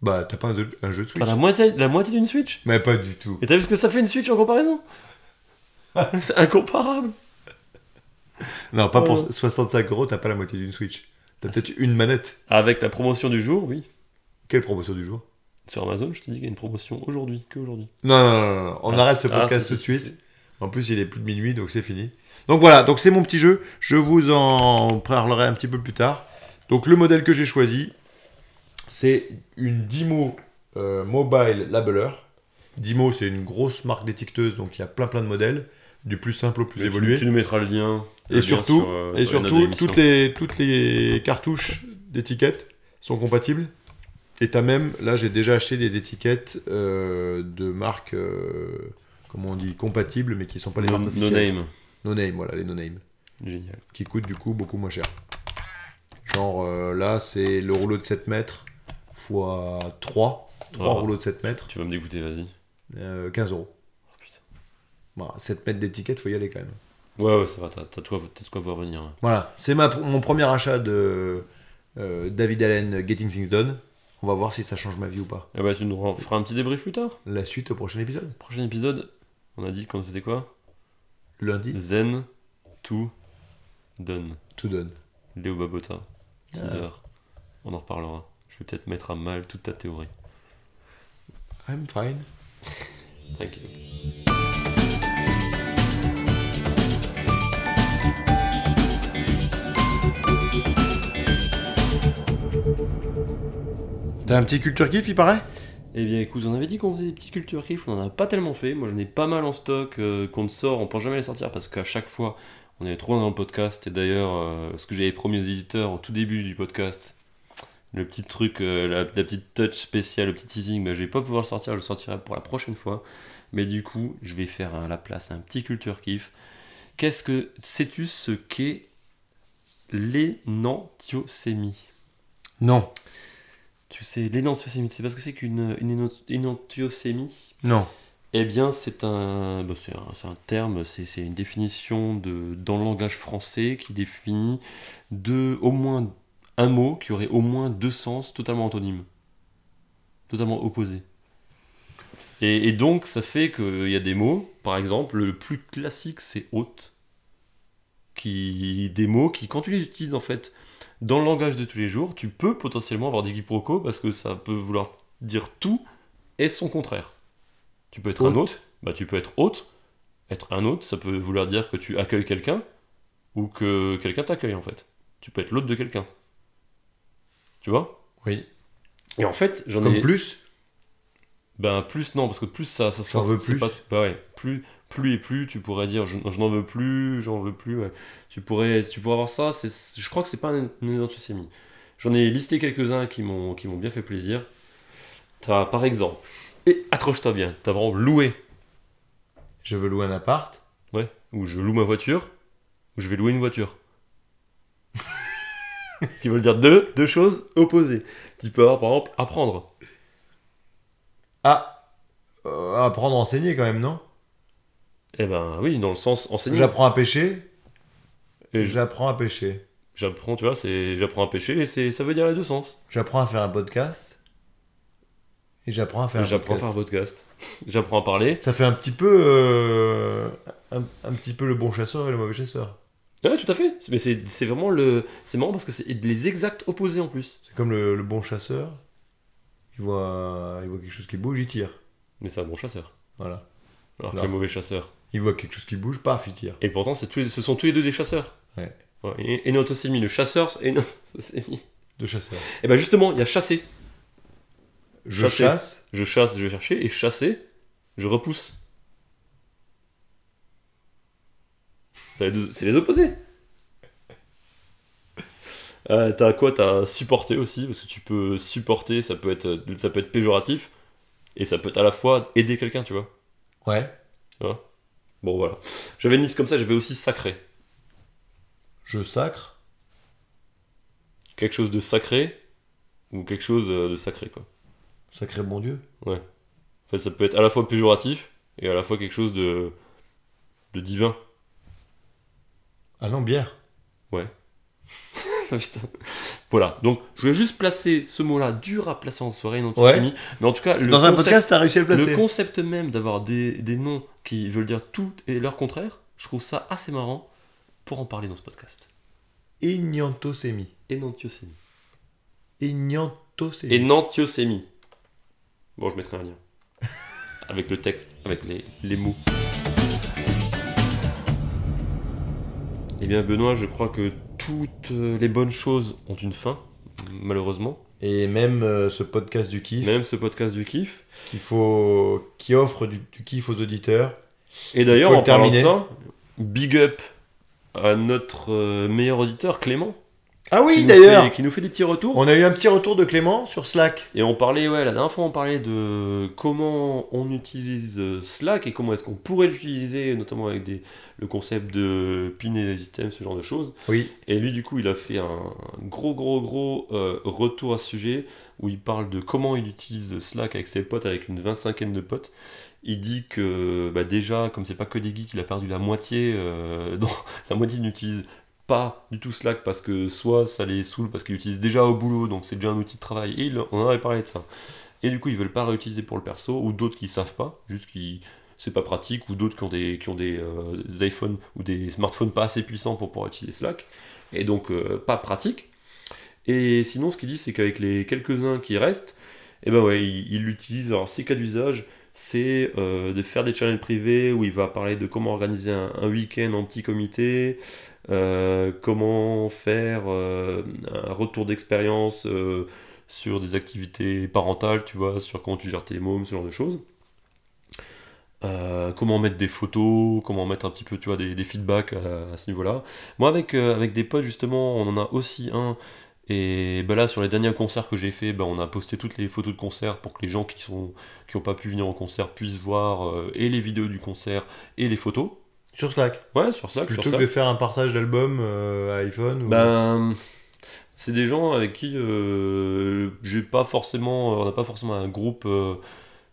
S3: Bah, t'as pas un jeu, un jeu de Switch.
S2: T'as la moitié, la moitié d'une Switch
S3: Mais pas du tout.
S2: Et t'as vu ce que ça fait une Switch en comparaison C'est incomparable.
S3: Non, pas
S2: Euh.
S3: pour 65 euros, t'as pas la moitié d'une Switch. T'as
S2: Ah,
S3: peut-être une manette.
S2: Avec la promotion du jour, oui.
S3: Quelle promotion du jour
S2: Sur Amazon, je te dis qu'il y a une promotion aujourd'hui, que aujourd'hui.
S3: Non, non, non, non, on
S2: Ah,
S3: arrête ce
S2: ah,
S3: podcast
S2: c'est-
S3: tout de suite. En plus, il est plus de minuit, donc c'est fini. Donc voilà, donc c'est mon petit jeu. Je vous en parlerai un petit peu plus tard. Donc le modèle que j'ai choisi, c'est une Dimo euh, Mobile Labeler. Dimo, c'est une grosse marque d'étiqueteuse, donc il y a plein plein de modèles, du plus simple au plus
S2: Mais tu-
S3: évolué.
S2: Tu nous mettras le lien. le
S3: Et
S2: lien
S3: surtout,
S2: sur, euh,
S3: et
S2: sur les notes
S3: surtout
S2: de l'émission.
S3: toutes, les, toutes les cartouches d'étiquettes sont compatibles. Et t'as même, là j'ai déjà acheté des étiquettes euh, de marques, euh, comment on dit, compatibles, mais qui sont pas les
S2: No,
S3: marques
S2: no
S3: officielles.
S2: name.
S3: No name, voilà, les no name.
S2: Génial.
S3: Qui coûtent du coup beaucoup moins cher. Genre euh, là c'est le rouleau de 7 mètres fois 3. 3
S2: Ah.
S3: rouleaux de 7 mètres,
S2: Tu vas me dégoûter, vas-y.
S3: euh, 15 euros.
S2: Oh, putain.
S3: Voilà, 7 mètres d'étiquette, faut y aller quand même.
S2: Ouais, ouais, ça va, t'as t'as de quoi t'as de quoi voir venir. là.
S3: Voilà, c'est ma, mon premier achat de euh, David Allen Getting Things Done. On va voir si ça change ma vie ou pas.
S2: Eh bah, tu nous ren- feras un petit débrief plus tard.
S3: La suite au prochain épisode,
S2: Prochain épisode, on a dit qu'on faisait quoi
S3: lundi,
S2: Zen to done.
S3: tout donne.
S2: Léo Babota, teaser. On en reparlera. Je vais peut-être mettre à mal toute ta théorie.
S3: I'm fine.
S2: Thank you.
S3: T'as un petit culture kiff, il paraît
S2: Eh bien, écoute, on avait dit qu'on faisait des petites cultures kiff, on en a pas tellement fait. Moi, j'en ai pas mal en stock euh, qu'on ne sort, on pense jamais les sortir parce qu'à chaque fois, on est trop dans le podcast. Et d'ailleurs, euh, ce que j'avais promis aux éditeurs au tout début du podcast, le petit truc, euh, la, la petite touch spéciale, le petit teasing, bah, je vais pas pouvoir le sortir, je le sortirai pour la prochaine fois. Mais du coup, je vais faire à la place un petit culture kiff. Qu'est-ce que sais-tu ce qu'est l'énantiosémie
S3: Non.
S2: Tu sais, l'énantiosémie, tu sais pas ce que c'est qu'une une éno- énantiosémie
S3: Non.
S2: eh bien, c'est un, bah, c'est un, c'est un terme, c'est c'est une définition de, dans le langage français qui définit deux, au moins un mot qui aurait au moins deux sens totalement antonymes. totalement opposés. Et, et donc, ça fait qu'il y a des mots, par exemple, le plus classique, c'est hôte. Qui, des mots qui, quand tu les utilises, en fait, dans le langage de tous les jours, tu peux potentiellement avoir des quiproquos parce que ça peut vouloir dire tout et son contraire. Tu peux être un
S3: Hôte.
S2: hôte, bah, tu peux être hôte. Être un hôte, ça peut vouloir dire que tu accueilles quelqu'un ou que quelqu'un t'accueille, en fait. Tu peux être l'hôte de quelqu'un. Tu vois
S3: Oui.
S2: Et en fait, j'en
S3: Comme
S2: ai.
S3: plus
S2: Ben plus non, parce que plus ça, ça
S3: J'en
S2: sort-
S3: veux
S2: c'est
S3: plus.
S2: Pas, bah ouais, plus, plus et plus, tu pourrais dire je, je n'en veux plus, j'en veux plus. ouais. Tu pourrais, tu pourrais avoir ça. C'est, je crois que c'est pas une, une antisémie. J'en ai listé quelques-uns qui m'ont, qui m'ont bien fait plaisir. T'as par exemple, et accroche-toi bien, t'as vraiment loué.
S3: Je veux louer un appart.
S2: Ouais. Ou je loue ma voiture, ou je vais louer une voiture. (laughs) qui veulent dire deux, deux choses opposées. Tu peux avoir par exemple apprendre.
S3: Ah euh, Apprendre à enseigner quand même, non
S2: Eh ben oui, dans le sens enseigner.
S3: J'apprends à pêcher.
S2: Et je-
S3: J'apprends à pêcher.
S2: J'apprends, tu vois, c'est j'apprends à pêcher et c'est ça veut dire les deux sens.
S3: J'apprends à faire un podcast. Et j'apprends à faire un
S2: J'apprends à
S3: podcast.
S2: faire un podcast. J'apprends à parler.
S3: Ça fait un petit peu euh, un, un petit peu le bon chasseur et le mauvais chasseur.
S2: Ouais, tout à fait. Mais c'est c'est vraiment le c'est marrant parce que c'est les exacts opposés en plus.
S3: C'est comme le, le bon chasseur. Il voit, il voit quelque chose qui bouge, il tire.
S2: Mais c'est un bon chasseur.
S3: Voilà.
S2: Alors que
S3: Non.
S2: le mauvais chasseur.
S3: Il voit quelque chose qui bouge, paf, il tire.
S2: Et pourtant, c'est tous les- ce sont tous les deux des chasseurs.
S3: Ouais.
S2: et, et une autosémie, le chasseur et une (laughs) autosémie.
S3: De chasseur.
S2: Et ben justement, il y a chasser.
S3: Je
S2: Chasser.
S3: chasse.
S2: Je chasse, je vais chercher et chasser, je repousse. C'est les deux- c'est les opposés. Euh, t'as quoi T'as supporter aussi, parce que tu peux supporter, ça peut être, ça peut être péjoratif, et ça peut être à la fois aider quelqu'un, tu vois.
S3: Ouais.
S2: Bon voilà. J'avais une liste comme ça, j'avais aussi sacré.
S3: Je sacre.
S2: Quelque chose de sacré, ou quelque chose euh, de sacré, quoi.
S3: Sacré bon Dieu.
S2: En fait, ça peut être à la fois péjoratif, et à la fois quelque chose de, de divin.
S3: Ah non, bière.
S2: (laughs) Ah, putain. Voilà, donc je vais juste placer ce mot-là, dur à placer en soirée, non antisémie. Mais en tout cas, le,
S3: Dans un
S2: concept,
S3: podcast, t'as réussi à le placer.
S2: le concept même d'avoir des, des noms qui veulent dire tout et leur contraire, je trouve ça assez marrant pour en parler dans ce podcast.
S3: Ignantosémie.
S2: Et nantiosémie.
S3: Ignantosémie.
S2: Et nantiosémie. Bon, je mettrai un (laughs) lien. Avec le texte, avec les, les mots. Eh bien, Benoît, je crois que toutes euh, les bonnes choses ont une fin, malheureusement.
S3: Et même euh, ce podcast du kiff
S2: Même ce podcast du kiff.
S3: qu'il faut, qui offre du, du kiff aux auditeurs.
S2: Et d'ailleurs,
S3: Faut
S2: en
S3: le
S2: parlant de
S3: terminer.
S2: ça, big up à notre euh, meilleur auditeur, Clément.
S3: Ah oui,
S2: qui nous
S3: d'ailleurs,
S2: fait- Qui nous fait des petits retours.
S3: on a eu un petit retour de Clément sur Slack.
S2: Et on parlait, ouais, la dernière fois, on parlait de comment on utilise euh, Slack et comment est-ce qu'on pourrait l'utiliser, notamment avec des, le concept de pin et système, ce genre de choses.
S3: Oui.
S2: Et lui, du coup, il a fait un un gros, gros, gros euh, retour à ce sujet où il parle de comment il utilise Slack avec ses potes, avec une vingt-cinquaine de potes. Il dit que bah, déjà, comme c'est pas que des geeks, il a perdu la moitié. euh, (laughs) dans- la moitié n'utilise pas du tout Slack parce que soit ça les saoule parce qu'ils l'utilisent déjà au boulot, donc c'est déjà un outil de travail. Et il- on en avait parlé de ça. Et du coup, ils veulent pas réutiliser pour le perso, ou d'autres qui savent pas, juste qui c'est pas pratique, ou d'autres qui ont des qui ont des, euh, des iPhones ou des smartphones pas assez puissants pour pouvoir utiliser Slack, et donc euh, pas pratique. Et sinon, ce qu'il dit, c'est qu'avec les quelques-uns qui restent, et ben ouais, il il l'utilise. Alors, ses cas d'usage, c'est euh, de faire des channels privés où il va parler de comment organiser un, un week-end en petit comité, euh, comment faire euh, un retour d'expérience euh, sur des activités parentales, tu vois, sur comment tu gères tes mômes, ce genre de choses. Euh, comment mettre des photos, comment mettre un petit peu, tu vois, des, des feedbacks à, à ce niveau-là. Moi, avec, euh, avec des potes, justement, on en a aussi un. Et ben là, sur les derniers concerts que j'ai fait, ben, on a posté toutes les photos de concerts pour que les gens qui sont qui n'ont pas pu venir au concert puissent voir euh, et les vidéos du concert et les photos.
S3: Sur Slack.
S2: Ouais, sur ça.
S3: Plutôt
S2: sur
S3: que
S2: ça.
S3: de faire un partage d'album euh, à iPhone. Ou...
S2: Ben, c'est des gens avec qui euh, j'ai pas forcément, on n'a pas forcément un groupe. euh,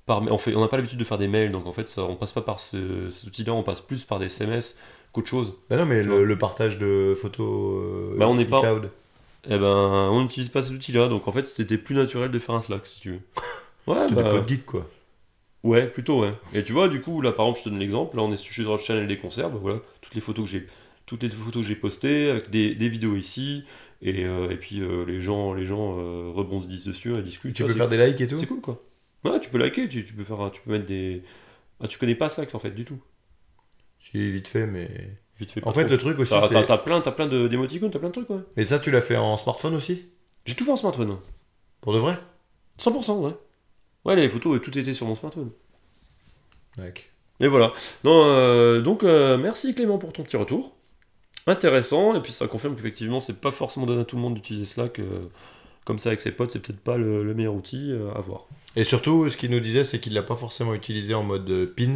S2: par, on fait, on n'a pas l'habitude de faire des mails, donc en fait, ça, on passe pas par ce, cet outil-là, on passe plus par des SMS qu'autre chose.
S3: Bah non, mais
S2: tu
S3: le,
S2: vois.
S3: le partage de photos. euh,
S2: Bah, on n'est pas-
S3: iCloud. (laughs)
S2: Eh ben, on n'utilise pas cet outil-là, donc en fait, c'était plus naturel de faire un Slack, si tu veux. Ouais,
S3: C'était des
S2: bah,
S3: potes geeks, quoi.
S2: ouais, plutôt, ouais. Et tu vois, du coup, là, par exemple, je te donne l'exemple. Là, on est sur notre channel des concerts. bah voilà, toutes les photos que j'ai toutes les photos que j'ai postées, avec des, des vidéos ici. Et, euh, et puis, euh, les gens, les gens euh, rebondissent dessus et discutent.
S3: Tu
S2: Ça,
S3: peux
S2: c'est-
S3: faire des likes et tout
S2: C'est cool, quoi. Ouais, tu peux liker, tu, tu peux faire, un- tu peux mettre des. Ah, tu connais pas ça, en fait, du tout.
S3: Si, vite fait, mais.
S2: Vite fait, pas
S3: En fait,
S2: Ah, trop.
S3: le truc aussi,
S2: T'as- t'as
S3: c'est.
S2: t'as plein, t'as plein de- d'émoticônes, t'as plein de trucs, ouais.
S3: Mais ça, tu l'as fait en smartphone aussi
S2: J'ai tout fait en smartphone. hein.
S3: Pour de vrai
S2: 100%, ouais. Ouais, les photos, euh, tout était sur mon smartphone.
S3: Mec.
S2: Et voilà. Non, euh, donc, euh, merci Clément pour ton petit retour. Intéressant, et puis ça confirme qu'effectivement, c'est pas forcément donné à tout le monde d'utiliser Slack euh, comme ça avec ses potes, c'est peut-être pas le, le meilleur outil euh, à voir.
S3: Et surtout, ce qu'il nous disait, c'est qu'il l'a pas forcément utilisé en mode euh, pin.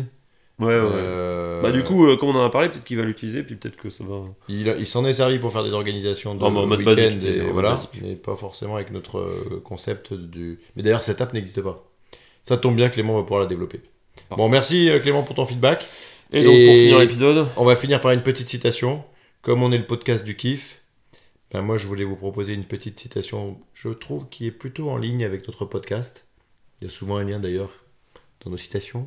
S2: Ouais,
S3: Euh,
S2: Bah, du coup, euh, comme on en a parlé, peut-être qu'il va l'utiliser, puis peut-être que ça va.
S3: il, il s'en est servi pour faire des organisations de
S2: Non, mais en mode
S3: week-end
S2: basique,
S3: et
S2: en mode
S3: voilà,
S2: basique.
S3: mais pas forcément avec notre euh, concept du. Mais d'ailleurs, cette app n'existe pas. Ça tombe bien, Clément va pouvoir la développer.
S2: Parfait.
S3: Bon, merci euh, Clément pour ton feedback.
S2: Et donc, pour
S3: Et-
S2: finir (laughs) l'épisode,
S3: On va finir par une petite citation. Comme on est le podcast du kiff, ben moi je voulais vous proposer une petite citation, je trouve, qui est plutôt en ligne avec notre podcast. Il y a souvent un lien d'ailleurs dans nos citations.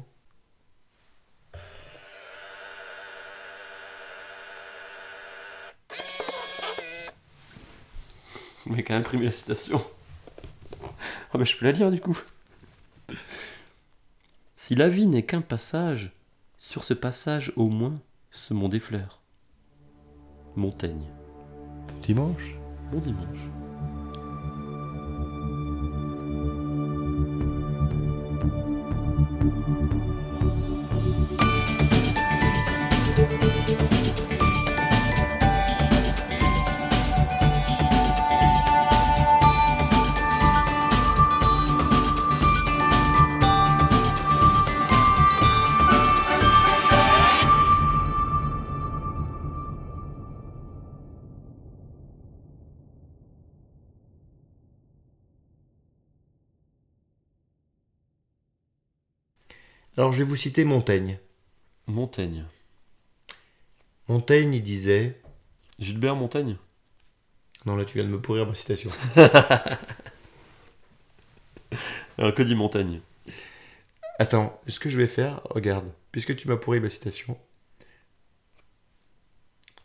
S2: le mec a imprimé la citation. Ah, bah, je peux la lire du coup. Si la vie n'est qu'un passage, sur ce passage au moins, ce monde effleure. Montaigne.
S3: Dimanche
S2: Bon dimanche.
S3: Alors je vais vous citer Montaigne.
S2: Montaigne.
S3: Montaigne, il disait.
S2: Gilbert Montaigne
S3: Non, là tu viens de me pourrir ma citation. (laughs)
S2: Alors Euh, que dit Montaigne
S3: Attends, ce que je vais faire, regarde, puisque tu m'as pourri ma citation,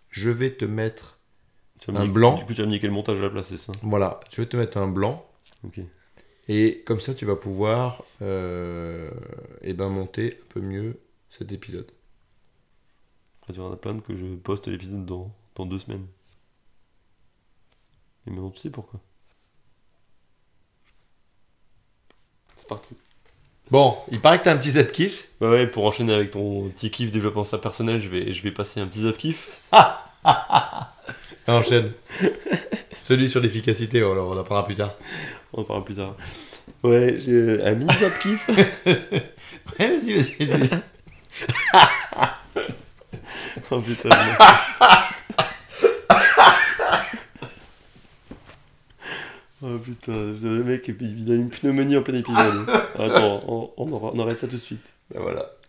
S3: je vais te mettre.
S2: Tu vas me
S3: Un
S2: dire-
S3: blanc.
S2: Du coup, tu vas me dire quel montage à la place, c'est ça
S3: Voilà, je vais te mettre un blanc.
S2: Ok.
S3: Et comme ça, tu vas pouvoir euh, eh ben, monter un peu mieux cet épisode.
S2: Après, tu vas en avoir plein que je poste l'épisode dans, dans deux semaines. Et maintenant, tu sais pourquoi. C'est parti.
S3: Bon, il paraît que t'as un petit zap kiff.
S2: Bah ouais, pour enchaîner avec ton petit kiff développement ça personnel, je vais, je vais passer un petit zap kiff.
S3: Ah, (laughs) enchaîne. Celui sur l'efficacité, oh, alors on en parlera plus tard.
S2: On en parlera plus tard. Ouais, j'ai un mini zap kiff.
S3: Ouais, vas-y, vas-y, vas-y.
S2: Oh putain. oh putain, le mec, il a une pneumonie en plein épisode. Attends, on, on, aura- on arrête ça tout de suite.
S3: Ben voilà.